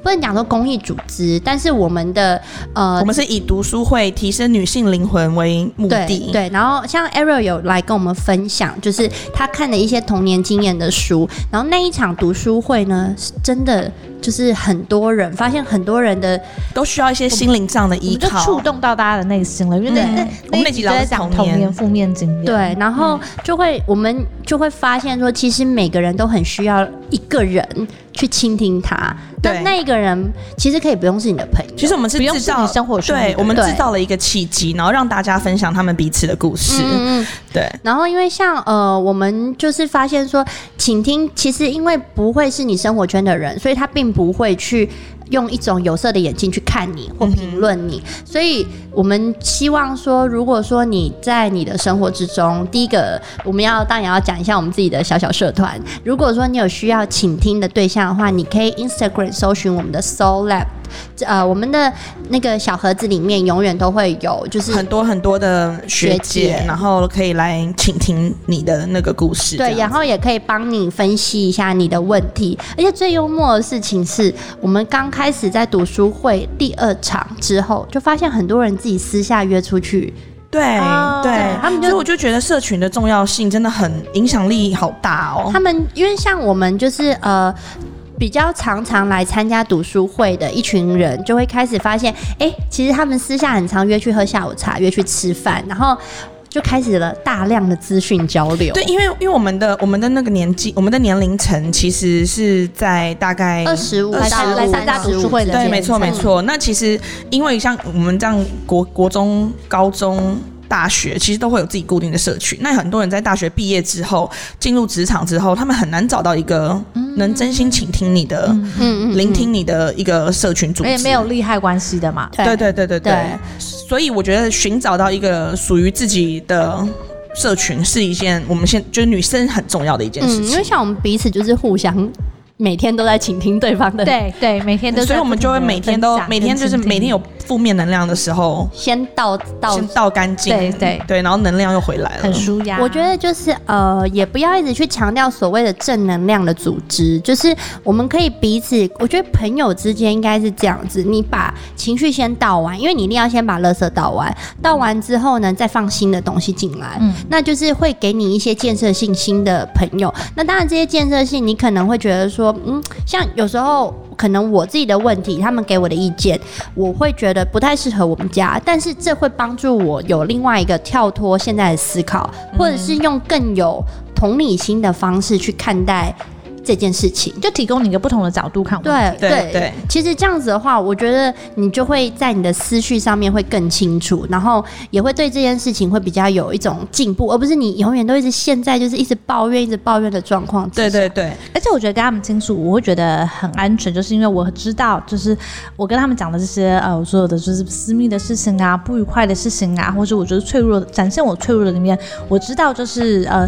[SPEAKER 1] 不能讲说公益组织，但是我们的呃
[SPEAKER 3] 我们是以读书会提升女性灵魂为目
[SPEAKER 1] 对
[SPEAKER 3] 的。
[SPEAKER 1] 对，然后像 Ariel 有来跟我们分享，就是他看的一些童年经验的书，然后那一场读书会呢，是真的就是很多人发现很多人的
[SPEAKER 3] 都需要一些心灵上的
[SPEAKER 2] 我
[SPEAKER 3] 依
[SPEAKER 2] 们就
[SPEAKER 3] 靠。
[SPEAKER 2] 触动到大家的内心了，因为那
[SPEAKER 1] 对
[SPEAKER 2] 那
[SPEAKER 3] 我们那
[SPEAKER 2] 集
[SPEAKER 3] 集
[SPEAKER 2] 都
[SPEAKER 3] 聊的
[SPEAKER 2] 在
[SPEAKER 3] 是
[SPEAKER 2] 讲
[SPEAKER 3] 童
[SPEAKER 2] 童
[SPEAKER 3] 年
[SPEAKER 2] 年负面经
[SPEAKER 3] 嗯
[SPEAKER 2] 验，
[SPEAKER 1] 对，然后就会、我们就会发现说，其实每个人都很需要一个人去倾听他。那
[SPEAKER 3] 对
[SPEAKER 1] 那一个人其实可以不用是你的朋友，
[SPEAKER 3] 其实我们是
[SPEAKER 2] 不用
[SPEAKER 3] 制造
[SPEAKER 2] 是你生活中的
[SPEAKER 3] 对，我们
[SPEAKER 1] 对
[SPEAKER 3] 制造了一个契机，然后让大家分享他们彼此的故事。
[SPEAKER 1] 嗯嗯嗯
[SPEAKER 3] 对，
[SPEAKER 1] 然后因为像呃，我们就是发现说，倾听其实因为不会是你生活圈的人，所以他并不会去。用一种有色的眼睛去看你或评论你，所以我们希望说，如果说你在你的生活之中，第一个我们要当然要讲一下我们自己的小小社团。如果说你有需要倾听的对象的话，你可以 Instagram 搜寻我们的 Soul Lab，呃，我们的那个小盒子里面永远都会有，就是
[SPEAKER 3] 很多很多的学
[SPEAKER 1] 嗯学
[SPEAKER 3] 姐，
[SPEAKER 1] 姐
[SPEAKER 3] 然后可以来倾听你的那个故事。
[SPEAKER 1] 对，
[SPEAKER 3] 这
[SPEAKER 1] 然
[SPEAKER 3] 样
[SPEAKER 1] 后也可以帮你分析一下你的问题。而且最幽默的事情是，我们刚开始在读书会第二场之后，就发现很多人自己私下约出去，
[SPEAKER 3] 对
[SPEAKER 2] 哦
[SPEAKER 3] 对
[SPEAKER 2] 对，
[SPEAKER 1] 他们就
[SPEAKER 3] 所以我就觉得社群的重要性真的很影响力好大哦
[SPEAKER 1] 他。们因为像我们就是呃。比较常常来参加读书会的一群人，就会开始发现，哎、其实他们私下很常约去喝下午茶，约去吃饭，然后就开始了大量的资讯交流。
[SPEAKER 3] 对，因为因为我们的我们的那个年纪，我们的年龄层其实是在大概
[SPEAKER 1] 25
[SPEAKER 2] 来
[SPEAKER 1] 来
[SPEAKER 2] 参
[SPEAKER 1] 参
[SPEAKER 2] 来
[SPEAKER 1] 来
[SPEAKER 2] 参
[SPEAKER 1] 参
[SPEAKER 2] 加
[SPEAKER 1] 加
[SPEAKER 2] 读
[SPEAKER 1] 读
[SPEAKER 2] 书
[SPEAKER 1] 书
[SPEAKER 2] 会
[SPEAKER 1] 会
[SPEAKER 2] 的，
[SPEAKER 1] 的
[SPEAKER 3] 对，没错没。错。那其实因为像我们这样国国中、高中、大学，其实都会有自己固定的社群。那很多人在大学毕业之后，进入职场之后，他们很难找到一个能真心倾听你的、
[SPEAKER 1] 嗯
[SPEAKER 3] 聆听你的一个社群组
[SPEAKER 2] 而
[SPEAKER 3] 织。
[SPEAKER 2] 且没有利害关系的嘛，
[SPEAKER 1] 对
[SPEAKER 3] 对对对对对，
[SPEAKER 1] 对
[SPEAKER 3] 所以我觉得寻找到一个属于自己的社群是一件我们现就是女生很重要的一件事
[SPEAKER 1] 嗯，因
[SPEAKER 3] 情。
[SPEAKER 1] 为像我们彼此就是互相每天都在倾听对方的
[SPEAKER 2] 对对，每天都在不停地分享跟倾听，
[SPEAKER 3] 所以我们就会每天都每天就是每天有负面能量的时候，
[SPEAKER 1] 先到到
[SPEAKER 3] 先倒干净，
[SPEAKER 2] 对对
[SPEAKER 3] 对，然后能量又回来了
[SPEAKER 2] 很。舒压。
[SPEAKER 1] 我觉得就是呃，也不要一直去强调所谓的正能量的组织，就是我们可以彼此，我觉得朋友之间应该是这样子，你把情绪先倒完，因为你一定要先把垃圾倒完，倒完之后呢，再放新的东西进来，
[SPEAKER 2] 嗯
[SPEAKER 1] 那就是会给你一些建设性新的朋友。那当然，这些建设性你可能会觉得说，嗯，像有时候。可能我自己的问题，他们给我的意见，我会觉得不太适合我们家，但是这会帮助我有另外一个跳脱现在的思考，或者是用更有同理心的方式去看待这件事情。
[SPEAKER 2] 就提供你一个不同的角度看问题。
[SPEAKER 1] 对
[SPEAKER 3] 对对
[SPEAKER 1] 其实这样子的话，我觉得你就会在你的思绪上面会更清楚，然后也会对这件事情会比较有一种进步，而不是你永远都一直现在就是一直抱怨、一直抱怨的状况之下。
[SPEAKER 3] 对对对，
[SPEAKER 2] 而且我觉得跟他们倾诉，我会觉得很安全，就是因为我知道，就是我跟他们讲的这些呃，我所有的就是私密的事情啊，不愉快的事情啊，或者我觉得脆弱的，展现我脆弱的里面，我知道就是呃，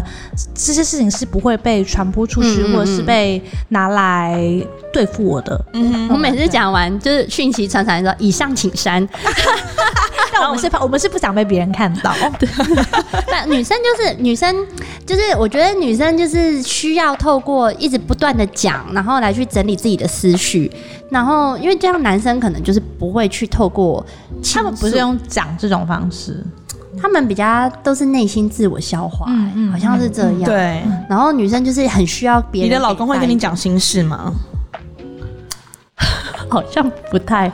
[SPEAKER 2] 这些事情是不会被传播出去，
[SPEAKER 1] 嗯嗯嗯
[SPEAKER 2] 或者是被拿来对付我的。
[SPEAKER 3] 嗯
[SPEAKER 1] 我每次讲完就是讯息传传说以上请 删，
[SPEAKER 2] 但我们是怕，我们是不想被别人看 到。
[SPEAKER 1] 那女生就是女生，就是我觉得女生就是需要透过一直不断的讲，然后来去整理自己的思绪，然后因为这样男生可能就是不会去透过倾诉，
[SPEAKER 2] 他们不是用讲这种方式，
[SPEAKER 1] 他们比较都是内心自我消化、
[SPEAKER 2] 嗯嗯
[SPEAKER 1] 好像是这样。
[SPEAKER 3] 哼，对。
[SPEAKER 1] 然后女生就是很需要别
[SPEAKER 3] 你
[SPEAKER 1] 人，
[SPEAKER 3] 的老公会跟你，讲心事吗？
[SPEAKER 1] 好像不太。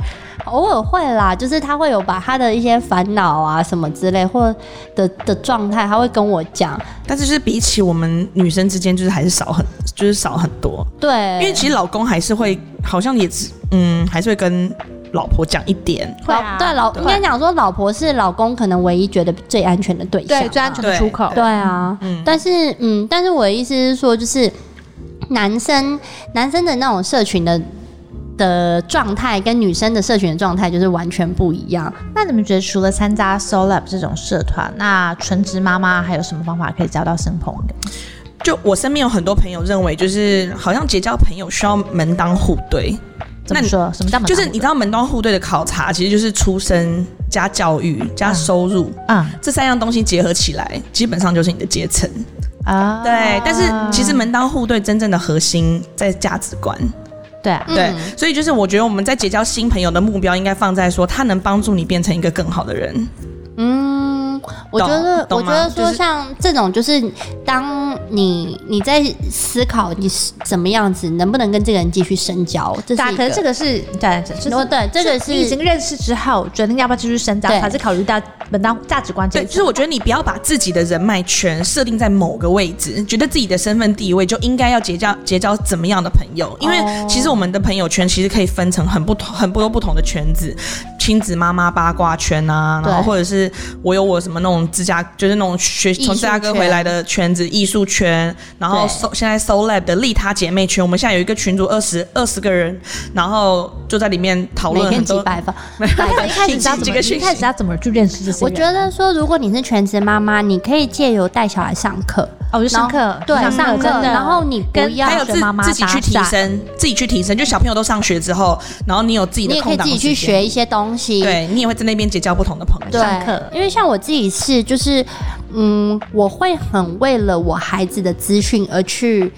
[SPEAKER 1] 偶尔会啦，就是他会有把他的一些烦恼啊什么之类或的的状态，他会跟我讲。
[SPEAKER 3] 但是就是比起我们女生之间，就是还是少很，就是少很多。
[SPEAKER 1] 对，
[SPEAKER 3] 因为其实老公还是会，好像也只嗯，还是会跟老婆讲一点。
[SPEAKER 2] 会
[SPEAKER 1] 老
[SPEAKER 2] 啊
[SPEAKER 1] 对老
[SPEAKER 2] 对
[SPEAKER 1] 应该讲说，老婆是老公可能唯一觉得最安全的对象嘛，
[SPEAKER 2] 啊对，最安全的
[SPEAKER 3] 对
[SPEAKER 2] 出口。
[SPEAKER 1] 对啊，
[SPEAKER 3] 嗯
[SPEAKER 1] 但是嗯，但是我的意思是说，就是男生男生的那种社群的。的状态跟女生的社群的状态就是完全不一样。
[SPEAKER 2] 那你们觉得除了参加 Soul Lab 这种社团，那全职妈妈还有什么方法可以交到新朋友？
[SPEAKER 3] 就我身边有很多朋友认为，就是好像结交朋友需要门当户对，
[SPEAKER 2] 怎
[SPEAKER 3] 那
[SPEAKER 2] 么
[SPEAKER 3] 你
[SPEAKER 2] 说？什么叫门？
[SPEAKER 3] 就是你知道门当户对的考察，其实就是出身加教育加收入、
[SPEAKER 2] 啊
[SPEAKER 3] 这三样东西结合起来，基本上就是你的阶层。
[SPEAKER 2] 啊，
[SPEAKER 3] 对，但是其实门当户对真正的核心在价值观。
[SPEAKER 2] 对啊，
[SPEAKER 3] 对
[SPEAKER 1] 嗯，
[SPEAKER 3] 所以就是我觉得我们在结交新朋友的目标应该放在说，他能帮助你变成一个更好的人。
[SPEAKER 1] 嗯，我觉得，
[SPEAKER 3] 懂
[SPEAKER 1] 我
[SPEAKER 3] 懂
[SPEAKER 1] 觉
[SPEAKER 3] 吗
[SPEAKER 1] 得
[SPEAKER 3] 就
[SPEAKER 1] 说
[SPEAKER 3] 是
[SPEAKER 1] 像这种，就是当你你在思考你是怎么样子，能不能跟这个人继续深交，这是
[SPEAKER 2] 大
[SPEAKER 1] 一
[SPEAKER 2] 家
[SPEAKER 1] 个
[SPEAKER 2] 啊可能这个是对，就是
[SPEAKER 1] 哦对这个是
[SPEAKER 2] 你已经认识之后，决定要不要继续深交，
[SPEAKER 1] 对
[SPEAKER 2] 还是考虑到本当价值观这
[SPEAKER 3] 对，
[SPEAKER 2] 一
[SPEAKER 3] 就是我觉得你不要把自己的人脉圈设定在某个位置，觉得自己的身份地位就应该要结交结交怎么样的朋友，因为
[SPEAKER 1] 哦
[SPEAKER 3] 其实我们的朋友圈其实可以分成很不同很多不同的圈子，亲子妈妈八卦圈啊，然后
[SPEAKER 1] 对
[SPEAKER 3] 或者是我有我什么那种芝加就是那种学
[SPEAKER 1] 艺术
[SPEAKER 3] 从芝加哥回来的圈子，艺术圈，然后
[SPEAKER 1] 对
[SPEAKER 3] so, 现在 Soul Lab 的利他姐妹圈，我们现在有一个群组二十二十个人，然后就在里面讨
[SPEAKER 1] 每
[SPEAKER 3] 论
[SPEAKER 1] 天
[SPEAKER 3] 很
[SPEAKER 1] 几
[SPEAKER 3] 多。
[SPEAKER 1] 百吧。
[SPEAKER 2] 那一开始
[SPEAKER 3] 信
[SPEAKER 2] 知道
[SPEAKER 3] 息
[SPEAKER 2] 怎
[SPEAKER 3] 这
[SPEAKER 2] 么，
[SPEAKER 3] 个
[SPEAKER 2] 一
[SPEAKER 3] 讯
[SPEAKER 2] 开
[SPEAKER 3] 息
[SPEAKER 2] 始要怎么去认识这些
[SPEAKER 1] 我
[SPEAKER 2] 人？
[SPEAKER 1] 觉得说，如果你是全职妈妈，你可以借由带小孩上课，
[SPEAKER 2] 哦，就上
[SPEAKER 1] 然
[SPEAKER 2] 课
[SPEAKER 1] 后，对
[SPEAKER 2] 上
[SPEAKER 1] 上课，
[SPEAKER 2] 真的
[SPEAKER 1] 然后你不
[SPEAKER 2] 跟
[SPEAKER 1] 要
[SPEAKER 3] 还有
[SPEAKER 2] 学
[SPEAKER 3] 自
[SPEAKER 2] 妈妈
[SPEAKER 3] 自己
[SPEAKER 2] 打
[SPEAKER 3] 去提
[SPEAKER 2] 散
[SPEAKER 3] 升，自己去提升。就小朋友都上学之后，然后你有自己
[SPEAKER 1] 你
[SPEAKER 3] 的
[SPEAKER 1] 也可
[SPEAKER 3] 空
[SPEAKER 1] 以
[SPEAKER 3] 档
[SPEAKER 1] 自己去
[SPEAKER 3] 时间
[SPEAKER 1] 学一些东西，
[SPEAKER 3] 对你也会在那边结交不同的朋友。
[SPEAKER 1] 对
[SPEAKER 2] 上课，
[SPEAKER 1] 因为像我自己是，就是嗯，我会很为了我孩子的资讯而去。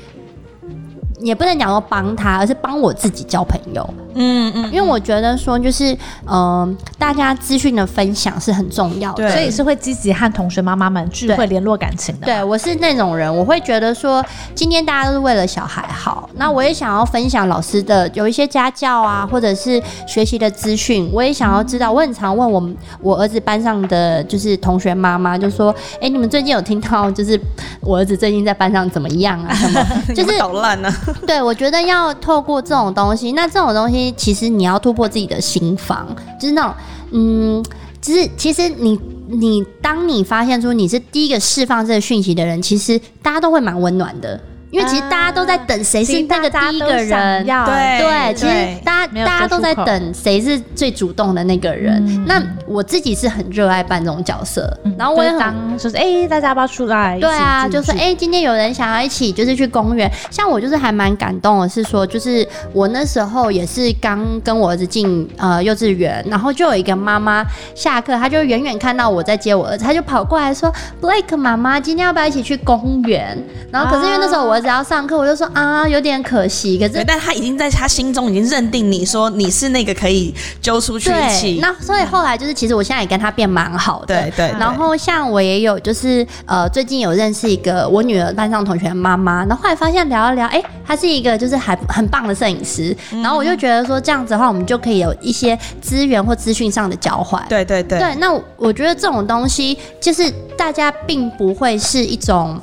[SPEAKER 1] 也不能讲说帮他，而是帮我自己交朋友，
[SPEAKER 3] 嗯嗯，
[SPEAKER 1] 因为我觉得说就是，嗯、大家资讯的分享是很重要的。
[SPEAKER 3] 对
[SPEAKER 2] 所以是会积极和同学妈妈们聚会
[SPEAKER 1] 对
[SPEAKER 2] 联络感情的。
[SPEAKER 1] 对，我是那种人，我会觉得说，今天大家都是为了小孩好，那我也想要分享老师的有一些家教啊，或者是学习的资讯，我也想要知道。我很常问我们我儿子班上的就是同学妈妈，就说：“哎、你们最近有听到就是我儿子最近在班上怎么样啊？什么？”
[SPEAKER 3] 嗯你
[SPEAKER 1] 就
[SPEAKER 3] 们
[SPEAKER 1] 是
[SPEAKER 3] 捣乱呢。
[SPEAKER 1] 对，我觉得要透过这种东西，那这种东西其实你要突破自己的心防，就是那种，嗯，就是其实你你当你发现出你是第一个释放这个讯息的人，其实大家都会蛮温暖的，因为其实大家都在等谁
[SPEAKER 2] 其
[SPEAKER 1] 是
[SPEAKER 2] 实
[SPEAKER 1] 那
[SPEAKER 2] 大
[SPEAKER 1] 个
[SPEAKER 2] 家
[SPEAKER 1] 第一
[SPEAKER 2] 都
[SPEAKER 1] 个
[SPEAKER 2] 想
[SPEAKER 1] 人。
[SPEAKER 2] 要
[SPEAKER 3] 对
[SPEAKER 1] 对，其实
[SPEAKER 3] 对
[SPEAKER 1] 大
[SPEAKER 2] 没
[SPEAKER 1] 家
[SPEAKER 2] 有
[SPEAKER 1] 大家
[SPEAKER 2] 说
[SPEAKER 1] 都
[SPEAKER 2] 出
[SPEAKER 1] 在
[SPEAKER 2] 口嗯
[SPEAKER 1] 等谁是最主动的那个人。那我自己是很热爱扮这种角色，然后我也
[SPEAKER 2] 就是
[SPEAKER 1] 很
[SPEAKER 2] 嗯当就是哎、大家要不要出来一起聚聚？
[SPEAKER 1] 对啊，就是哎、今天有人想要一起就是去公园，像我就是还蛮感动的，是说就是我那时候也是刚跟我儿子进呃幼稚园，然后就有一个妈妈下课，她就远远看到我在接我儿子，她就跑过来说：“Blake 妈妈，今天要不要一起去公园？”然后可是因为那时候我儿子要上课，我就说啊有点可惜，可
[SPEAKER 3] 对，
[SPEAKER 1] 是。
[SPEAKER 3] 但他已经在他心中已经认定你说你是那个可以揪出去一
[SPEAKER 1] 对
[SPEAKER 3] 起，。
[SPEAKER 1] 那所以后来就是，其实我现在也跟他变蛮好的。
[SPEAKER 3] 对对，对
[SPEAKER 1] 然后像我也有，就是呃，最近有认识一个我女儿班上同学的妈妈，然后后来发现聊一聊，哎，她是一个就是还很棒的摄影师，
[SPEAKER 3] 嗯
[SPEAKER 1] 然后我就觉得说这样子的话，我们就可以有一些资源或资讯上的交换。
[SPEAKER 3] 对对对，
[SPEAKER 1] 对，那我觉得这种东西就是大家并不会是一种，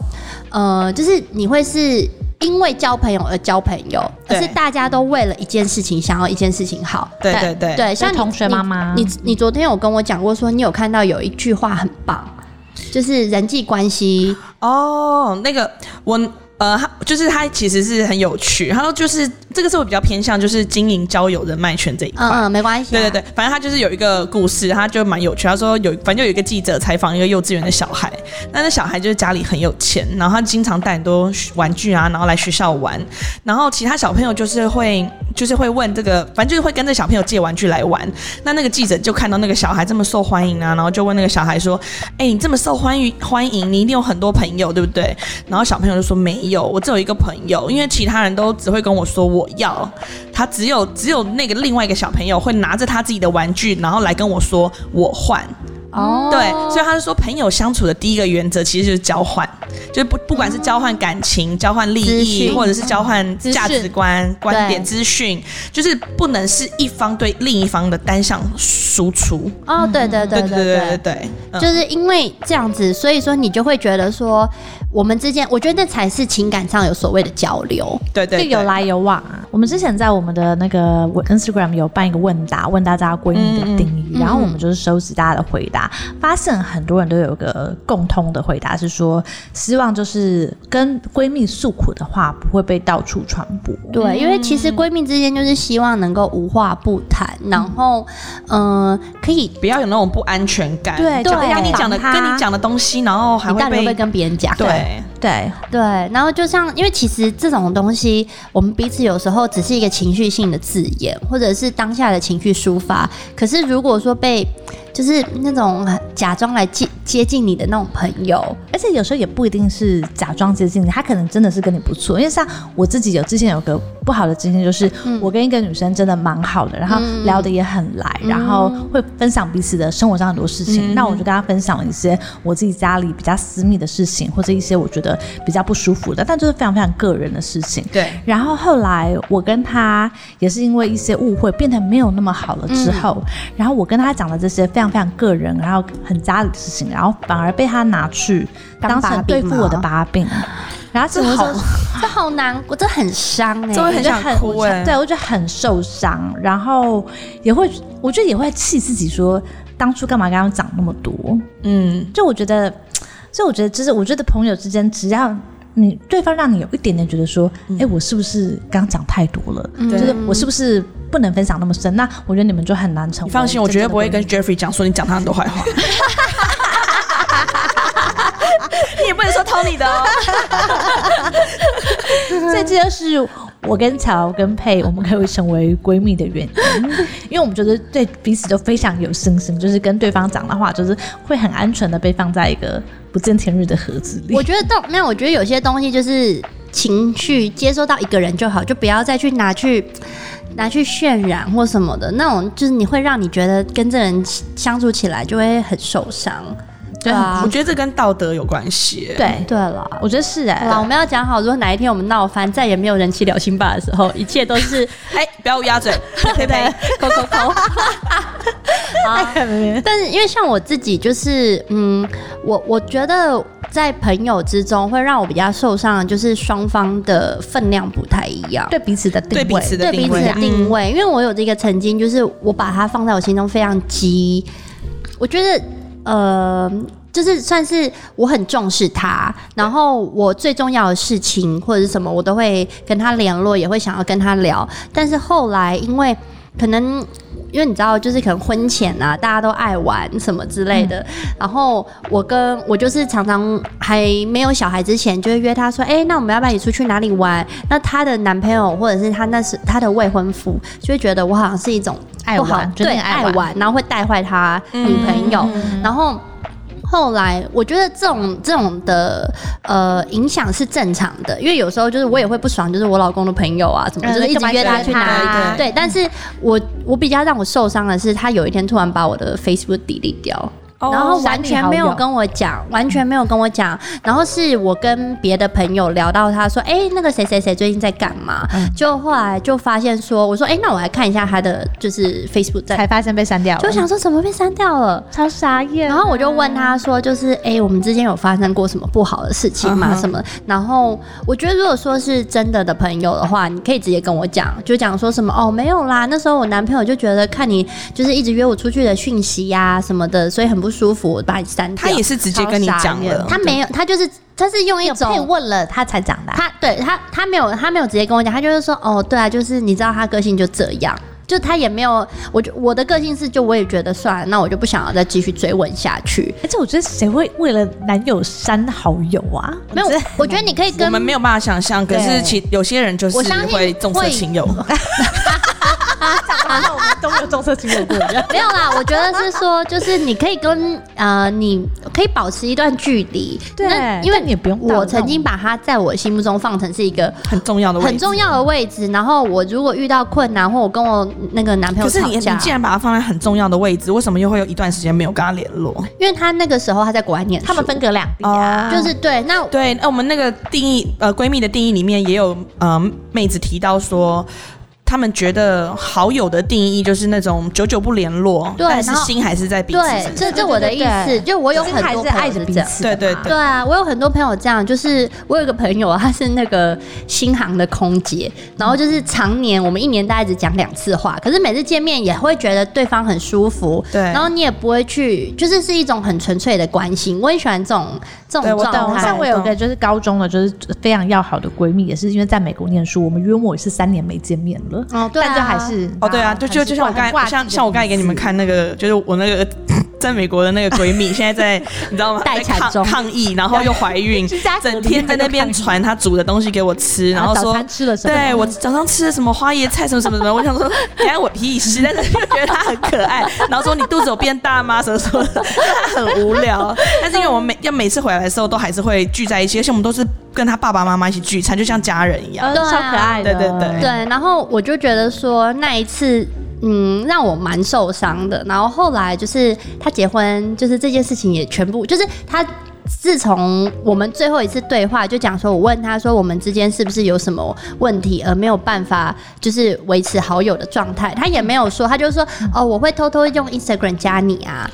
[SPEAKER 1] 呃，就是你会是因为交朋友而交朋友，而
[SPEAKER 3] 对
[SPEAKER 1] 是大家都为了一件事情想要一件事情好。
[SPEAKER 3] 对对对
[SPEAKER 1] 对，像
[SPEAKER 2] 就
[SPEAKER 1] 你
[SPEAKER 2] 同学妈妈
[SPEAKER 1] 你你你昨天有跟我讲过说你有看到有一句话很棒，就是人际关系
[SPEAKER 3] 哦，那个我呃，他就是他其实是很有趣，然后就是这个是我比较偏向就是经营交友人脉圈这一块。
[SPEAKER 1] 嗯嗯，没关系、
[SPEAKER 3] 对对，对，反正他就是有一个故事，他就蛮有趣。他说有，反正就有一个记者采访一个幼稚园的小孩，那那小孩就是家里很有钱，然后他经常带很多玩具啊，然后来学校玩。然后其他小朋友就是会，就是会问这个，反正就是会跟这小朋友借玩具来玩。那那个记者就看到那个小孩这么受欢迎啊，然后就问那个小孩说：“哎、你这么受欢迎，欢迎你一定有很多朋友，对不对？”然后小朋友就说：“没有，我只有一个朋友，因为其他人都只会跟我说我要，他只有只有那个另外一个小朋友会拿着他自己的玩具，然后来跟我说我换。
[SPEAKER 1] 哦，
[SPEAKER 2] 嗯
[SPEAKER 3] 对，所以他就说朋友相处的第一个原则其实就是交换，就是不不管是交换感情、交换利
[SPEAKER 1] 资
[SPEAKER 3] 益，
[SPEAKER 1] 讯
[SPEAKER 3] 或者是交换
[SPEAKER 2] 资讯
[SPEAKER 3] 价值观、观点、
[SPEAKER 1] 对
[SPEAKER 3] 资讯，就是不能是一方对另一方的单向输出。
[SPEAKER 1] 哦，对对对对
[SPEAKER 3] 对对
[SPEAKER 1] 对
[SPEAKER 3] 对对对，嗯
[SPEAKER 1] 就是因为这样子，所以说你就会觉得说，我们之间，我觉得那才是情感上有所谓的交流。
[SPEAKER 3] 对对
[SPEAKER 2] 就
[SPEAKER 3] 对
[SPEAKER 2] 有来有往啊。我们之前在我们的那个我 Instagram 有办一个问答，问大家闺蜜的定义，然后我们就是收集大家的回答，发现很多人都有个共通的回答是说，希望就是跟闺蜜诉苦的话不会被到处传播。
[SPEAKER 1] 对，因为其实闺蜜之间就是希望能够无话不谈，然后，嗯、可以，
[SPEAKER 3] 不要有那种不安全感。
[SPEAKER 2] 对
[SPEAKER 3] 讲
[SPEAKER 1] 对
[SPEAKER 3] 跟你讲的
[SPEAKER 2] 防
[SPEAKER 3] 跟
[SPEAKER 2] 他
[SPEAKER 3] 你讲的东西，然后还
[SPEAKER 1] 你
[SPEAKER 3] 会
[SPEAKER 1] 到底会不会
[SPEAKER 3] 被
[SPEAKER 1] 跟别人讲？
[SPEAKER 3] 对
[SPEAKER 2] 对，
[SPEAKER 1] 对，然后就像，因为其实这种东西，我们彼此有时候只是一个情绪性的字眼，或者是当下的情绪抒发。可是如果说被，就是那种假装来接接近你的那种朋友，
[SPEAKER 2] 而且有时候也不一定是假装接近你，他可能真的是跟你不错。因为像我自己有之前有个不好的经验，就是我跟一个女生真的蛮好的，然后聊得也很来，然后会分享彼此的生活上很多事情。那我就跟她分享了一些我自己家里比较私密的事情，或者一些我觉得比较不舒服的，但就是非常非常个人的事情。
[SPEAKER 3] 对，
[SPEAKER 2] 然后后来我跟他也是因为一些误会变得没有那么好了之后，
[SPEAKER 3] 嗯
[SPEAKER 2] 然后我跟他讲了这些非常非常个人，然后很家里的事情，然后反而被他拿去
[SPEAKER 1] 当
[SPEAKER 2] 当
[SPEAKER 1] 把
[SPEAKER 2] 成
[SPEAKER 1] 柄
[SPEAKER 2] 对付
[SPEAKER 1] 吗
[SPEAKER 2] 我的把柄，
[SPEAKER 3] 啊
[SPEAKER 2] 然后这
[SPEAKER 1] 这
[SPEAKER 2] 好
[SPEAKER 1] 好。这好难过，这很伤哎、
[SPEAKER 3] 这会
[SPEAKER 2] 我
[SPEAKER 3] 很
[SPEAKER 2] 就
[SPEAKER 3] 想哭
[SPEAKER 2] 我就
[SPEAKER 3] 欸
[SPEAKER 2] 对我就很受伤，然后也会，我觉得也会气自己说，当初干嘛跟他们讲那么多？
[SPEAKER 3] 嗯，
[SPEAKER 2] 就我觉得，所以我觉得，就是我觉得朋友之间，只要你对方让你有一点点觉得说，哎、
[SPEAKER 3] 嗯
[SPEAKER 2] 我是不是刚讲太多了？就是我是不是不能分享那么深？那我觉得你们就很难成为。
[SPEAKER 3] 你放
[SPEAKER 1] 哦
[SPEAKER 3] 心，我绝对不会跟。Jeffrey 讲说你讲他很多坏 话。你也不能说偷你的哦。
[SPEAKER 2] 所以这就是我跟乔跟佩，我们可以成为闺蜜的原因， 因为我们觉得对彼此都非常有信心，就是跟对方讲的话，就是会很安全的被放在一个不见天日的盒子里。
[SPEAKER 1] 我觉得动，那我觉得有些东西就是情绪接收到一个人就好，就不要再去拿去拿去渲染或什么的那种，就是你会让你觉得跟这人相处起来就会很受伤。
[SPEAKER 2] 对
[SPEAKER 1] 啊
[SPEAKER 3] 我，觉得这跟道德有关系。
[SPEAKER 2] 对，
[SPEAKER 1] 对了。
[SPEAKER 2] 我觉得是哎、
[SPEAKER 1] 好，我们要讲好，如果哪一天我们闹翻，再也没有人气聊心吧的时候，一切都 是
[SPEAKER 3] 哎，不要乌 鸦嘴，呸呸呸！
[SPEAKER 1] 扣扣扣。 好，但是因为像我自己，就是嗯，我我觉得在朋友之中会让我比较受伤，的就是双方的分量不太一样。
[SPEAKER 2] 对彼此的定位，
[SPEAKER 3] 对彼此的
[SPEAKER 1] 对彼
[SPEAKER 3] 定
[SPEAKER 1] 此
[SPEAKER 3] 位
[SPEAKER 1] 的
[SPEAKER 3] 啊，
[SPEAKER 1] 定位，因为我有这个曾经，就是我把它放在我心中非常急，我觉得呃，就是算是我很重视他，然后我最重要的事情或者是什么，我都会跟他联络，也会想要跟他聊。但是后来因为可能。因为你知道，就是可能婚前啊，大家都爱玩什么之类的。然后我跟我就是常常还没有小孩之前，就会约他说：“哎、那我们要不要一起出去哪里玩？”那她的男朋友或者是她那是她的未婚夫，就会觉得我好像是一种
[SPEAKER 2] 爱
[SPEAKER 1] 不好
[SPEAKER 2] 玩觉得
[SPEAKER 1] 对
[SPEAKER 2] 你爱
[SPEAKER 1] 爱
[SPEAKER 2] 玩嗯
[SPEAKER 1] 玩，然后会带坏他
[SPEAKER 3] 嗯
[SPEAKER 1] 女朋友，然后。后来，我觉得这种这种的呃影响是正常的，因为有时候就是我也会不爽，就是我老公的朋友啊什么，
[SPEAKER 2] 嗯
[SPEAKER 1] 就是一直
[SPEAKER 2] 干嘛
[SPEAKER 1] 约他
[SPEAKER 2] 约
[SPEAKER 1] 去
[SPEAKER 2] 他
[SPEAKER 1] 哪里。对，但是我我比较让我受伤的是，他有一天突然把我的 Facebook delete 掉。
[SPEAKER 3] 哦
[SPEAKER 1] 然后
[SPEAKER 2] 删
[SPEAKER 1] 完
[SPEAKER 2] 你
[SPEAKER 1] 全
[SPEAKER 2] 好
[SPEAKER 1] 没有
[SPEAKER 2] 友
[SPEAKER 1] 跟我讲，完全没有跟我讲。然后是我跟别的朋友聊到，他说：“哎、那个谁谁谁最近在干嘛？”就后来就发现说，我说：“哎、那我来看一下他的就是 Facebook 在
[SPEAKER 2] 才发现被删掉了，
[SPEAKER 1] 就想说怎么被删掉了。
[SPEAKER 2] 超傻眼。
[SPEAKER 1] 然后我就问他说，就是哎、诶我们之间有发生过什么不好的事情吗？
[SPEAKER 3] 嗯哼
[SPEAKER 1] 什么？然后我觉得，如果说是真的的朋友的话，你可以直接跟我讲，就讲说什么哦，没有啦，那时候我男朋友就觉得看你就是一直约我出去的讯息呀、什么的，所以很不舒服，我把你删掉。
[SPEAKER 3] 他也是直接跟你讲了，
[SPEAKER 1] 他没有，他就是他是用一种
[SPEAKER 2] 被问了他才讲的啊、
[SPEAKER 1] 他对他他没有他没有直接跟我讲，他就是说哦，对啊，就是你知道他个性就这样，就他也没有，我就我的个性是就我也觉得算了，那我就不想要再继续追问下去。
[SPEAKER 2] 而且哎我觉得谁会为了男友删好友 啊？
[SPEAKER 1] 没有
[SPEAKER 2] 我觉得，
[SPEAKER 1] 我觉得你可以
[SPEAKER 3] 我
[SPEAKER 1] 跟
[SPEAKER 3] 们没有办法想象。可是其有些人就是
[SPEAKER 1] 我相信
[SPEAKER 3] 会重色
[SPEAKER 1] 会
[SPEAKER 3] 轻 友，
[SPEAKER 2] 讲到我们都没有重色轻友过一样。
[SPEAKER 1] 没有啦，我觉得是说，就是你可以跟呃，你可以保持一段距离，
[SPEAKER 2] 对
[SPEAKER 1] 那因为
[SPEAKER 2] 但你也不用到那种
[SPEAKER 1] 我曾经把他在我心目中放成是一个
[SPEAKER 3] 很重要的位置
[SPEAKER 1] 很重要的位置，然后我如果遇到困难或我跟我那个男朋
[SPEAKER 3] 可
[SPEAKER 1] 友
[SPEAKER 3] 是你
[SPEAKER 1] 吵
[SPEAKER 3] 你
[SPEAKER 1] 架，
[SPEAKER 3] 既然把它放在很重要的位置，为什么又会有一段时间没有跟他联络？
[SPEAKER 1] 因为他那个时候他在国外念书，
[SPEAKER 2] 他们分隔两地啊，
[SPEAKER 1] 就是对，那
[SPEAKER 3] 对，那我们那个定义，呃，闺蜜的定义里面也有，呃，妹子提到说，她们觉得好友的定义就是那种久久不联络，
[SPEAKER 1] 对
[SPEAKER 3] 但是
[SPEAKER 1] 然后
[SPEAKER 3] 心还是在彼此
[SPEAKER 1] 对
[SPEAKER 3] 身，上。
[SPEAKER 1] 这这我的意思，
[SPEAKER 2] 对
[SPEAKER 1] 就我有很
[SPEAKER 2] 还
[SPEAKER 1] 多
[SPEAKER 2] 是
[SPEAKER 1] 朋
[SPEAKER 2] 爱
[SPEAKER 1] 友
[SPEAKER 2] 着
[SPEAKER 1] 是
[SPEAKER 2] 彼
[SPEAKER 1] 这样。
[SPEAKER 2] 此
[SPEAKER 3] 的
[SPEAKER 2] 的
[SPEAKER 3] 嘛
[SPEAKER 2] 嘛。
[SPEAKER 3] 对对对
[SPEAKER 1] 对啊，我有很多朋友这样，就是我有一个朋友啊，她是那个新航的空姐，然后就是常年我们一年大概只讲两次话，可是每次见面也会觉得对方很舒服，
[SPEAKER 3] 对
[SPEAKER 1] 然后你也不会去，就是是一种很纯粹的关心，我很喜欢这种这
[SPEAKER 3] 对
[SPEAKER 1] 种
[SPEAKER 3] 我懂
[SPEAKER 1] 状
[SPEAKER 3] 我
[SPEAKER 1] 态
[SPEAKER 2] 像。我有个就是高中的，就是非常要好的闺蜜，也是因为在美国念书，我们约莫也是三年没见面了，
[SPEAKER 1] 哦，对啊，
[SPEAKER 2] 但就还是
[SPEAKER 3] 哦，对啊，就就就像我刚才，像像我刚才给你们，看那个，就是我那个 在美国的那个闺蜜，现在在你知道吗？
[SPEAKER 2] 待
[SPEAKER 3] 在
[SPEAKER 2] 产中
[SPEAKER 3] 抗抗议，然后又怀孕
[SPEAKER 2] 居家，隔离
[SPEAKER 3] 整天在那边传她煮的东西给我吃，然后
[SPEAKER 2] 啊早
[SPEAKER 3] 说
[SPEAKER 2] 餐吃了什么？
[SPEAKER 3] 对我早上吃的什么花椰菜什么什么什么，我想说干我屁事，但是又觉得他很 可爱，然后说你肚子有变大吗？什么什么的，就很无聊。但是因为我们每要每次回来的时候都还是会聚在一起，而且我们都是跟他爸爸妈妈一起聚餐，就像家人一样。
[SPEAKER 2] 呃，
[SPEAKER 1] 对啊
[SPEAKER 2] 超可爱的，
[SPEAKER 3] 对对对
[SPEAKER 1] 对，然后我就觉得说那一次，嗯，让我蛮受伤的。然后后来就是他结婚，就是这件事情也全部，就是他。自从我们最后一次对话，就讲说，我问他说，我们之间是不是有什么问题，而没有办法就是维持好友的状态，他也没有说，他就说，哦，我会偷偷用 Instagram 加你啊，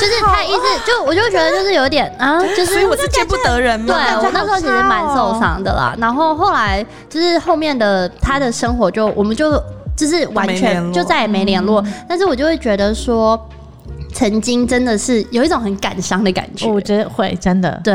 [SPEAKER 1] 就是他意思，就我就觉得就是有点啊，就是
[SPEAKER 3] 所以我是见不得人
[SPEAKER 1] 对
[SPEAKER 3] 嘛。
[SPEAKER 1] 我那时候其实蛮
[SPEAKER 2] 哦
[SPEAKER 1] 受伤的啦，然后后来就是后面的他的生活就我们就就是完
[SPEAKER 3] 就没联
[SPEAKER 1] 全
[SPEAKER 3] 络
[SPEAKER 1] 就再也没联络，
[SPEAKER 2] 嗯
[SPEAKER 1] 但是我就会觉得说，曾经真的是有一种很感伤的感觉。
[SPEAKER 2] 我觉得会哦真的。
[SPEAKER 1] 对，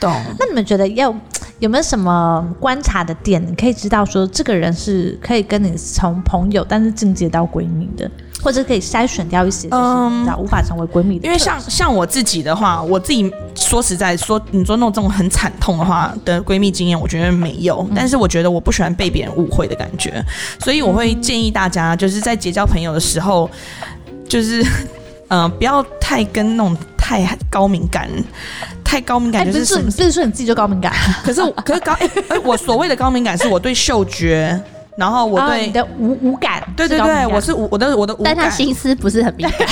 [SPEAKER 3] 懂，
[SPEAKER 2] 那你们觉得要有没有什么观察的点，你可以知道说这个人是可以跟你从朋友，但是进阶到闺蜜的，或者可以筛选掉一些，就是
[SPEAKER 3] 嗯
[SPEAKER 2] 你知道无法成为闺蜜的特质，
[SPEAKER 3] 因为像像我自己的话，我自己说实在说，你说弄这种很惨痛的话的闺蜜经验，我觉得没有。
[SPEAKER 2] 嗯
[SPEAKER 3] 但是我觉得我不喜欢被别人误会的感觉，所以我会建议大家，就是在结交朋友的时候，就是 嗯、呃不要太跟那种太高敏感。太高敏
[SPEAKER 2] 哎，
[SPEAKER 3] 感就
[SPEAKER 2] 不
[SPEAKER 3] 是
[SPEAKER 2] 是
[SPEAKER 3] 什
[SPEAKER 2] 说
[SPEAKER 3] 么
[SPEAKER 2] 你，不是说你自己就高敏感，
[SPEAKER 3] 可是我可是高哎、哎我所谓的高敏感是我对嗅觉，然后 我
[SPEAKER 2] 啊
[SPEAKER 3] 对、
[SPEAKER 2] 你的无无感，
[SPEAKER 3] 对对
[SPEAKER 2] 是高敏
[SPEAKER 3] 对，
[SPEAKER 2] 感
[SPEAKER 3] 我是无我的我的无
[SPEAKER 1] 但他
[SPEAKER 3] 感
[SPEAKER 1] 心思不是很敏 感。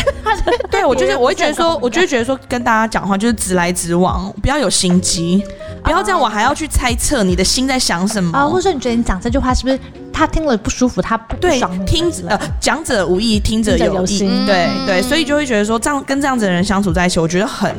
[SPEAKER 3] 对，我就是，我会觉得
[SPEAKER 2] 我
[SPEAKER 3] 说，我就会觉得说，跟大家讲话就是直来直往，不要有心机，不要这样，我还要去猜测你的心在想什么。
[SPEAKER 2] 啊，或者说你觉得你讲这句话是不是他听了不舒服，他不
[SPEAKER 3] 对
[SPEAKER 2] 爽，你
[SPEAKER 3] 听
[SPEAKER 2] 之类的
[SPEAKER 3] 呃，讲者无意，听者
[SPEAKER 2] 听者有
[SPEAKER 3] 有意，
[SPEAKER 2] 心嗯
[SPEAKER 3] 对对，所以就会觉得说，这样跟这样子的人相处在一起，我觉得很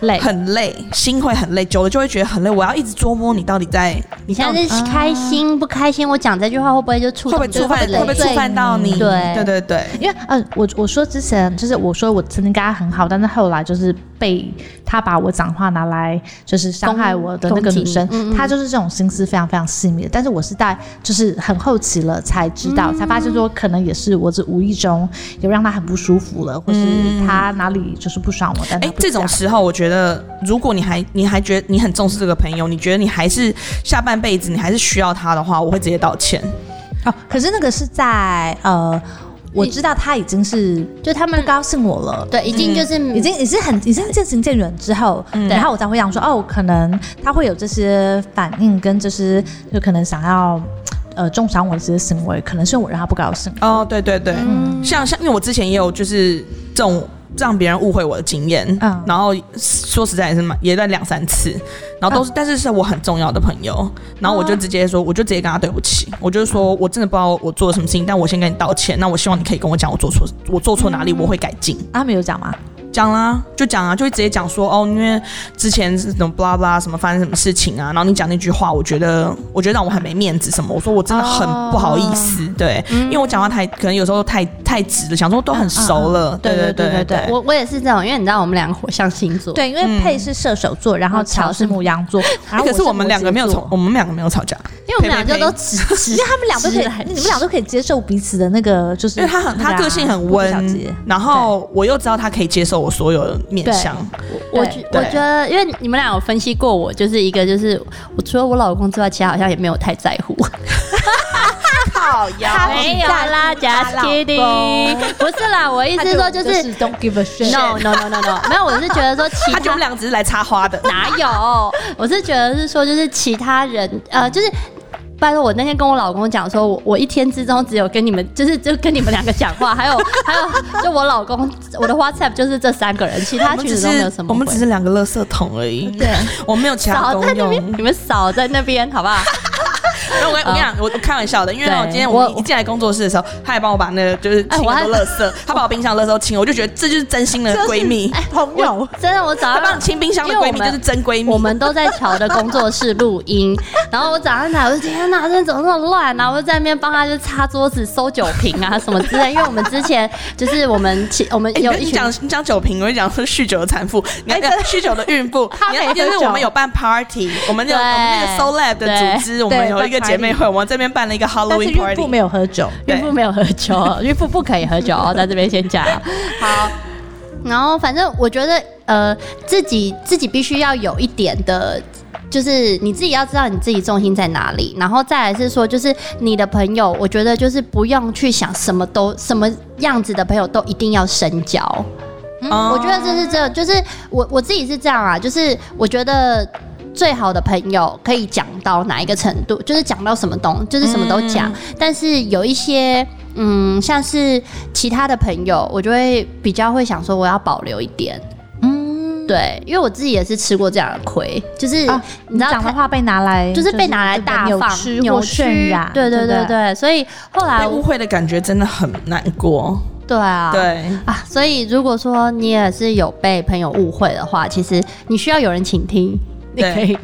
[SPEAKER 2] 累，
[SPEAKER 3] 很累，心会很累，久了就会觉得很累。我要一直捉摸你到底在，
[SPEAKER 1] 你
[SPEAKER 3] 到
[SPEAKER 1] 现
[SPEAKER 3] 底
[SPEAKER 1] 在
[SPEAKER 2] 哦
[SPEAKER 1] 是开心不开心？我讲这句话会不会就触
[SPEAKER 3] 会不会
[SPEAKER 1] 动？
[SPEAKER 3] 触犯，
[SPEAKER 1] 对
[SPEAKER 3] 会不会触
[SPEAKER 1] 对
[SPEAKER 3] 犯到
[SPEAKER 2] 嗯
[SPEAKER 3] 你？
[SPEAKER 1] 对
[SPEAKER 3] 对对对，
[SPEAKER 2] 因为呃，我我说之前就是我说我曾经跟他很好，但是后来就是被他把我讲话拿来就是伤害我的那个女生，
[SPEAKER 1] 攻击你嗯嗯
[SPEAKER 2] 她就是这种心思非常非常细密的。但是我是在就是很后期了才知道，才发现说可能也是我只无意中有让她很不舒服了，或是
[SPEAKER 1] 嗯
[SPEAKER 2] 她哪里就是不爽我，但她
[SPEAKER 3] 哎、
[SPEAKER 2] 不
[SPEAKER 3] 这种
[SPEAKER 2] 讲
[SPEAKER 3] 时候，我觉得，如果你还你还觉得你很重视这个朋友，你觉得你还是下半辈子你还是需要他的话，我会直接道歉。
[SPEAKER 2] 哦，可是那个是在呃，我知道她已经是
[SPEAKER 1] 就他
[SPEAKER 2] 不
[SPEAKER 1] 们
[SPEAKER 2] 高兴我了。
[SPEAKER 1] 对已经就是
[SPEAKER 2] 嗯已经已经很已经渐行渐远之后，然后我才会想说，哦，可能他会有这些反应，跟这些就可能想要呃重伤我的这些行为，可能是我让他不高兴。
[SPEAKER 3] 哦，对对对，
[SPEAKER 1] 嗯
[SPEAKER 3] 像像因为我之前也有就是这种让别人误会我的经验，
[SPEAKER 2] 嗯
[SPEAKER 3] 然后说实在也是蛮也在两三次，然后都是、但是是我很重要的朋友，然后我就直接说，我就直接跟他对不起，我就说我真的不知道我做了什么事情，但我先跟你道歉，那我希望你可以跟我讲我做错我做错哪里，我会改进。
[SPEAKER 2] 啊他们有讲吗？
[SPEAKER 3] 讲啦，就讲啊，就会直接讲说哦，因为之前是怎么 blah blah 什么发生什么事情啊，然后你讲那句话，我觉得我觉得让我很没面子什么，我说我真的很不好意思，对，因为我讲话太可能有时候太太直了，想说都很熟了，对对对对对。
[SPEAKER 1] 我我也是这种，因为你知道我们两个火象星座，
[SPEAKER 2] 对，因为佩是射手座，然后乔是母羊座，然
[SPEAKER 3] 哎
[SPEAKER 2] 后
[SPEAKER 3] 可是我
[SPEAKER 2] 我
[SPEAKER 3] 们两个没有
[SPEAKER 2] 摩羯
[SPEAKER 3] 吵
[SPEAKER 2] 座，，
[SPEAKER 3] 我们两个没有吵架，
[SPEAKER 1] 因为我们俩就都直直
[SPEAKER 2] 因为他们俩都可以，你们俩都可以接受彼此的那个，就是
[SPEAKER 3] 因为他很
[SPEAKER 2] 那啊
[SPEAKER 3] 他个性很
[SPEAKER 2] 小
[SPEAKER 3] 温
[SPEAKER 2] 节，
[SPEAKER 3] 然后我又知道他可以接受我所有的面相，
[SPEAKER 1] 我
[SPEAKER 2] 对
[SPEAKER 1] 觉我
[SPEAKER 3] 对
[SPEAKER 1] 觉得，因为你们俩有分析过我，就是一个就是我除了我老公之外，其他好像也没有太在乎。
[SPEAKER 3] 好 呀
[SPEAKER 1] 没有啦，just kidding，不是啦，我意
[SPEAKER 2] 他
[SPEAKER 1] 思
[SPEAKER 2] 对
[SPEAKER 1] 说
[SPEAKER 2] 我
[SPEAKER 1] 就
[SPEAKER 2] 就是是 don't give a shit。
[SPEAKER 1] no no no no no，没有，我是觉得说其
[SPEAKER 3] 他觉
[SPEAKER 1] 他
[SPEAKER 3] 得我们两个只是来插花的，
[SPEAKER 1] 哪有，我是觉得是说就是其他人呃就是。拜托，我那天跟我老公讲说，我我一天之中只有跟你们，就是就跟你们两个讲话，还有还有，就我老公，我的 WhatsApp 就是这三个人，其他
[SPEAKER 3] 我们
[SPEAKER 1] 群
[SPEAKER 3] 只
[SPEAKER 1] 组都没有
[SPEAKER 3] 是
[SPEAKER 1] 什么回。
[SPEAKER 3] 我们只是两个垃圾桶而已，
[SPEAKER 1] 对，
[SPEAKER 3] 我没有其他
[SPEAKER 1] 少在
[SPEAKER 3] 功
[SPEAKER 1] 那
[SPEAKER 3] 用。
[SPEAKER 1] 边，你们少在那边好不好？
[SPEAKER 3] 没有，我跟我跟你讲，我我开玩笑的，因为
[SPEAKER 1] 哦对
[SPEAKER 3] 我今天我
[SPEAKER 1] 我
[SPEAKER 3] 一进来工作室的时候，他还帮我把那个就是
[SPEAKER 1] 哎
[SPEAKER 3] 清
[SPEAKER 1] 我还
[SPEAKER 3] 很多垃圾，他把我冰箱的垃圾都清，我就觉得这就是真心的 闺蜜。
[SPEAKER 2] 朋友，
[SPEAKER 1] 真的，我早
[SPEAKER 3] 他帮
[SPEAKER 1] 上
[SPEAKER 3] 你清冰箱的闺蜜
[SPEAKER 1] 因为我们
[SPEAKER 3] 就是真闺蜜。
[SPEAKER 1] 我们都在乔的工作室录音，然后我早上起来，我就天哪，这怎么那么乱啊？我就在那边帮他就擦桌子、收酒瓶啊什么之类。因为我们之前就是我们其我们
[SPEAKER 3] 哎
[SPEAKER 1] 有
[SPEAKER 3] 你
[SPEAKER 1] 一哎
[SPEAKER 3] 你
[SPEAKER 1] 群
[SPEAKER 3] 讲你讲酒瓶，我就讲说酗酒的产妇，你要酗酒的孕 妇，
[SPEAKER 1] 他
[SPEAKER 3] 你要
[SPEAKER 1] 没
[SPEAKER 3] 就是
[SPEAKER 1] 喝酒
[SPEAKER 3] 我们有办 party，我们有
[SPEAKER 1] 对
[SPEAKER 3] 我们那个 Soul Lab 的组织，我们
[SPEAKER 2] 对
[SPEAKER 3] 有一个
[SPEAKER 2] 办
[SPEAKER 3] 姐妹会，我们这边办了一个
[SPEAKER 2] 但是
[SPEAKER 3] Halloween
[SPEAKER 2] 孕妇
[SPEAKER 3] party。
[SPEAKER 2] 没有喝酒。
[SPEAKER 3] 对
[SPEAKER 1] 孕妇没有喝酒，孕妇不可以喝酒哦，在这边先讲。好，然后反正我觉得，呃，自己自己必须要有一点的。就是你自己要知道你自己重心在哪里，然后再来是说，就是你的朋友，我觉得就是不用去想什么都什么样子的朋友都一定要深交。嗯，
[SPEAKER 3] 哦
[SPEAKER 1] 我觉得这是这，就是我我自己是这样啊，就是我觉得。最好的朋友可以讲到哪一个程度，就是讲到什么东，就是什么都讲。
[SPEAKER 2] 嗯
[SPEAKER 1] 但是有一些，嗯，像是其他的朋友，我就会比较会想说，我要保留一点。
[SPEAKER 2] 嗯，
[SPEAKER 1] 对，因为我自己也是吃过这样的亏，就是、
[SPEAKER 2] 啊
[SPEAKER 1] 你
[SPEAKER 2] 你
[SPEAKER 1] 知道
[SPEAKER 2] 讲的
[SPEAKER 1] 看
[SPEAKER 2] 话被拿来
[SPEAKER 1] 就是被拿来大
[SPEAKER 2] 扭
[SPEAKER 1] 放、
[SPEAKER 2] 曲或渲染，
[SPEAKER 1] 对对对
[SPEAKER 2] 不对。
[SPEAKER 1] 对，所以后来
[SPEAKER 3] 被误
[SPEAKER 1] 我
[SPEAKER 3] 会的感觉真的很难过。
[SPEAKER 1] 对啊，
[SPEAKER 3] 对，
[SPEAKER 1] 啊，所以如果说你也是有被朋友误会的话，其实你需要有人倾听，你
[SPEAKER 3] 对
[SPEAKER 1] 可以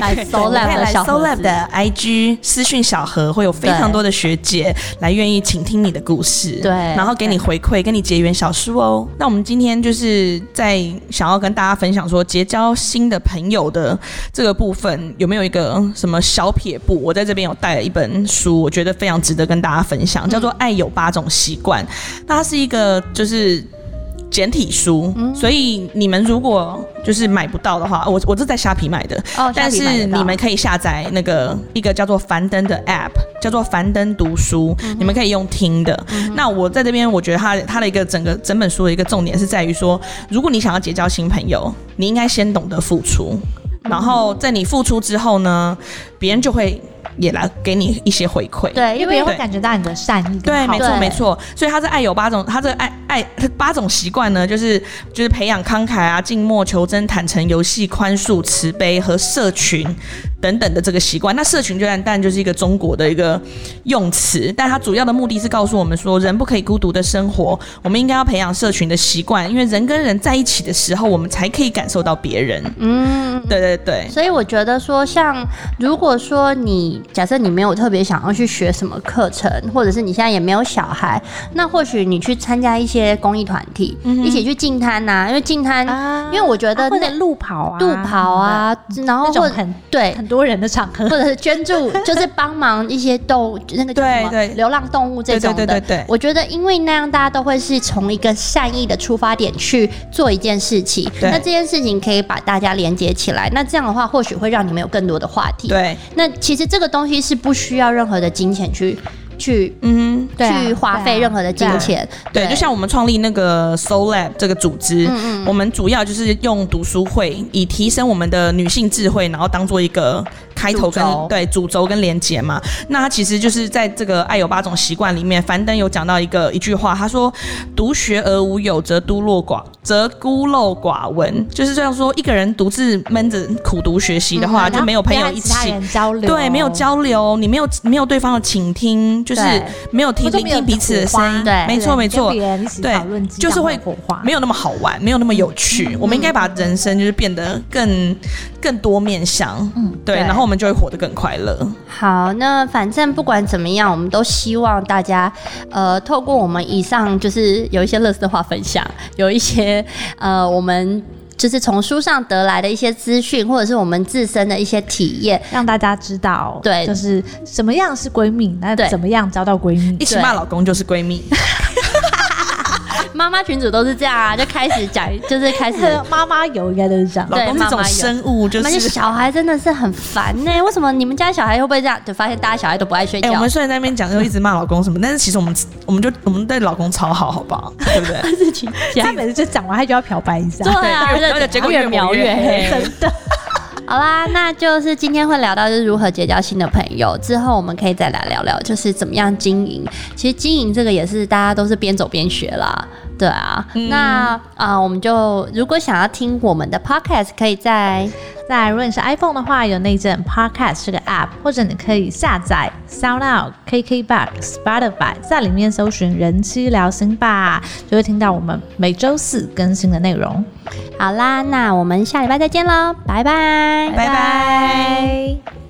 [SPEAKER 1] 来搜
[SPEAKER 3] 可以
[SPEAKER 1] lab 的
[SPEAKER 3] 来
[SPEAKER 1] 小盒
[SPEAKER 3] So Lab
[SPEAKER 1] 子
[SPEAKER 3] 的 IG 私讯小何，会有非常多的学姐来愿意倾听你的故事，
[SPEAKER 1] 对
[SPEAKER 3] 然后给你回馈，跟你结缘小书哦。那我们今天就是在想要跟大家分享说，结交新的朋友的这个部分，有没有一个什么小撇步？我在这边有带了一本书，我觉得非常值得跟大家分
[SPEAKER 1] 嗯
[SPEAKER 3] 享，叫做《爱有八种习惯》，那它是一个就是。简体书，
[SPEAKER 1] 嗯
[SPEAKER 3] 所以你们如果就是买不到的话，我我是在虾皮买的，
[SPEAKER 1] 哦，
[SPEAKER 3] 但
[SPEAKER 1] 下礼拜
[SPEAKER 3] 是
[SPEAKER 1] 得到嗯
[SPEAKER 3] 你们可以下载那个一个叫做樊登的 App，叫做樊登读书，你们可以用听的。
[SPEAKER 1] 嗯
[SPEAKER 3] 那我在这边，我觉得它它的一个整个整本书的一个重点是在于说，如果你想要结交新朋友，你应该先懂得付
[SPEAKER 1] 嗯
[SPEAKER 3] 出，然后在你付出之后呢，别人就会也来给你一些回馈。
[SPEAKER 1] 对，因
[SPEAKER 2] 因为
[SPEAKER 1] 为
[SPEAKER 2] 会
[SPEAKER 3] 对
[SPEAKER 2] 感觉到你的善意跟
[SPEAKER 3] 对，
[SPEAKER 2] 好
[SPEAKER 3] 没
[SPEAKER 2] 意
[SPEAKER 3] 错
[SPEAKER 1] 对
[SPEAKER 3] 没错。所以他这爱有八种，他这个爱爱他八种习惯呢，就是就是培养慷慨啊、静默、求真、坦诚、游戏、宽恕、慈悲和社群等等的这个习惯。那社群虽然但就是一个中国的一个用词，但它主要的目的是告诉我们说，人不可以孤独的生活，我们应该要培养社群的习惯，因为人跟人在一起的时候，我们才可以感受到别人。
[SPEAKER 1] 嗯。
[SPEAKER 3] 对对对。
[SPEAKER 1] 所以我觉得说，像如果说你假设你没有特别想要去学什么课程，或者是你现在也没有小孩，那或许你去参加一些公益团体，一起去进摊呐，因为进摊，
[SPEAKER 2] 啊
[SPEAKER 1] 因为我觉
[SPEAKER 2] 啊
[SPEAKER 1] 得
[SPEAKER 2] 或
[SPEAKER 1] 那
[SPEAKER 2] 者路跑啊，
[SPEAKER 1] 路跑啊，然后
[SPEAKER 2] 那种
[SPEAKER 1] 或
[SPEAKER 2] 很
[SPEAKER 1] 对。
[SPEAKER 2] 很多人的场
[SPEAKER 3] 啊
[SPEAKER 2] 合
[SPEAKER 1] 或，者是捐助，就是帮忙一些动物，那个叫什么
[SPEAKER 3] 对对
[SPEAKER 1] 流浪动物这种的。
[SPEAKER 3] 对对对对对
[SPEAKER 1] 我觉得因为那样，大家都会是从一个善意的出发点去做一件事情。
[SPEAKER 3] 对
[SPEAKER 1] 那这件事情可以把大家连接起来，那这样的话，或许会让你们有更多的话题。。
[SPEAKER 3] 对，
[SPEAKER 1] 那其实这个东西是不需要任何的金钱去去、
[SPEAKER 3] 嗯哼，
[SPEAKER 2] 对啊
[SPEAKER 1] 去花
[SPEAKER 2] 对
[SPEAKER 1] 费
[SPEAKER 2] 啊
[SPEAKER 1] 任何的金钱。
[SPEAKER 3] 对，就像我们创立那个 Soul Lab 这个组织，
[SPEAKER 2] 嗯
[SPEAKER 3] 我们主要就是用读书会，以提升我们的女性智慧，然后当做一个开头跟
[SPEAKER 1] 主轴
[SPEAKER 3] 对主轴跟连结嘛。那它其实就是在这个《爱有八种习惯》里面，樊登有讲到一个一句话，他说：“独学而无友，则孤陋寡则孤陋寡闻。”就是这样说，一个人独自闷着苦读学习的话，
[SPEAKER 2] 然
[SPEAKER 3] 就
[SPEAKER 2] 后
[SPEAKER 3] 没有朋友
[SPEAKER 2] 不要
[SPEAKER 3] 一
[SPEAKER 2] 其嗯他
[SPEAKER 3] 起。
[SPEAKER 2] 人交流，
[SPEAKER 3] 对，没有交流，你没有没有对方的倾听，就是
[SPEAKER 1] 对
[SPEAKER 3] 没有听
[SPEAKER 2] 或者
[SPEAKER 3] 聆
[SPEAKER 2] 没有
[SPEAKER 3] 听彼此的
[SPEAKER 2] 火花
[SPEAKER 3] 声音，
[SPEAKER 1] 对
[SPEAKER 3] 没
[SPEAKER 2] 哎对
[SPEAKER 3] 错没
[SPEAKER 2] 跟
[SPEAKER 3] 错，
[SPEAKER 2] 别人一起
[SPEAKER 3] 对
[SPEAKER 2] 讨论激
[SPEAKER 3] 就
[SPEAKER 2] 荡
[SPEAKER 3] 是
[SPEAKER 2] 的
[SPEAKER 3] 会
[SPEAKER 2] 火花，嗯
[SPEAKER 3] 没有那么好玩，没有那么有趣。我们应该把人生就是变得更更多面向，嗯，对，
[SPEAKER 1] 对
[SPEAKER 3] 然后我们就会活得更快乐。
[SPEAKER 1] 好，那反正不管怎么样，我们都希望大家，呃，透过我们以上就是有一些乐色话分享，有一些呃我们。就是从书上得来的一些资讯，或者是我们自身的一些体验，
[SPEAKER 2] 让大家知道，
[SPEAKER 1] 对
[SPEAKER 2] 就是什么样是闺蜜，那
[SPEAKER 1] 对
[SPEAKER 2] 怎么样交到闺蜜
[SPEAKER 3] 一，起骂老公就是 闺蜜，
[SPEAKER 1] 妈妈群主都是这样啊，就开始 讲，就是开始，
[SPEAKER 2] 妈妈有应该都是这样
[SPEAKER 3] 老
[SPEAKER 1] 对
[SPEAKER 3] 公是这种
[SPEAKER 1] 妈妈有
[SPEAKER 3] 生物，就
[SPEAKER 1] 那些
[SPEAKER 3] 是。
[SPEAKER 1] 小孩真的是很烦呢、为什么你们家小孩会不会这样？就发现大家小孩都不爱睡
[SPEAKER 3] 哎、
[SPEAKER 1] 觉，
[SPEAKER 3] 我们虽然在那边讲就一直骂老公什么，但是其实我们我们就我们对老公超好，好不好？对不对？
[SPEAKER 1] 自己讲
[SPEAKER 2] 他。每次就讲完，他就要漂白一下
[SPEAKER 1] 对。啊，
[SPEAKER 3] 对
[SPEAKER 1] 而且
[SPEAKER 3] 结果
[SPEAKER 1] 越
[SPEAKER 3] 越
[SPEAKER 1] 描
[SPEAKER 3] 描越
[SPEAKER 1] 越黑
[SPEAKER 3] 黑，
[SPEAKER 1] 真的。好啦，那就是今天会聊到就是如何结交新的朋友，之后我们可以再来聊聊就是怎么样经营。其实经营这个也是大家都是边走边学啦，对啊。那啊、呃我们就如果想要听我们的 podcast，可以在
[SPEAKER 2] 再来，如果你是 iPhone 的话，有内建 Podcast 这个 App，或者你可以下载 SoundOut、KKBox、Spotify，在里面搜寻“人妻聊心吧”，就会听到我们每周四更新的内容。
[SPEAKER 1] 好啦，那我们下礼拜再见喽，拜拜，
[SPEAKER 3] 拜拜。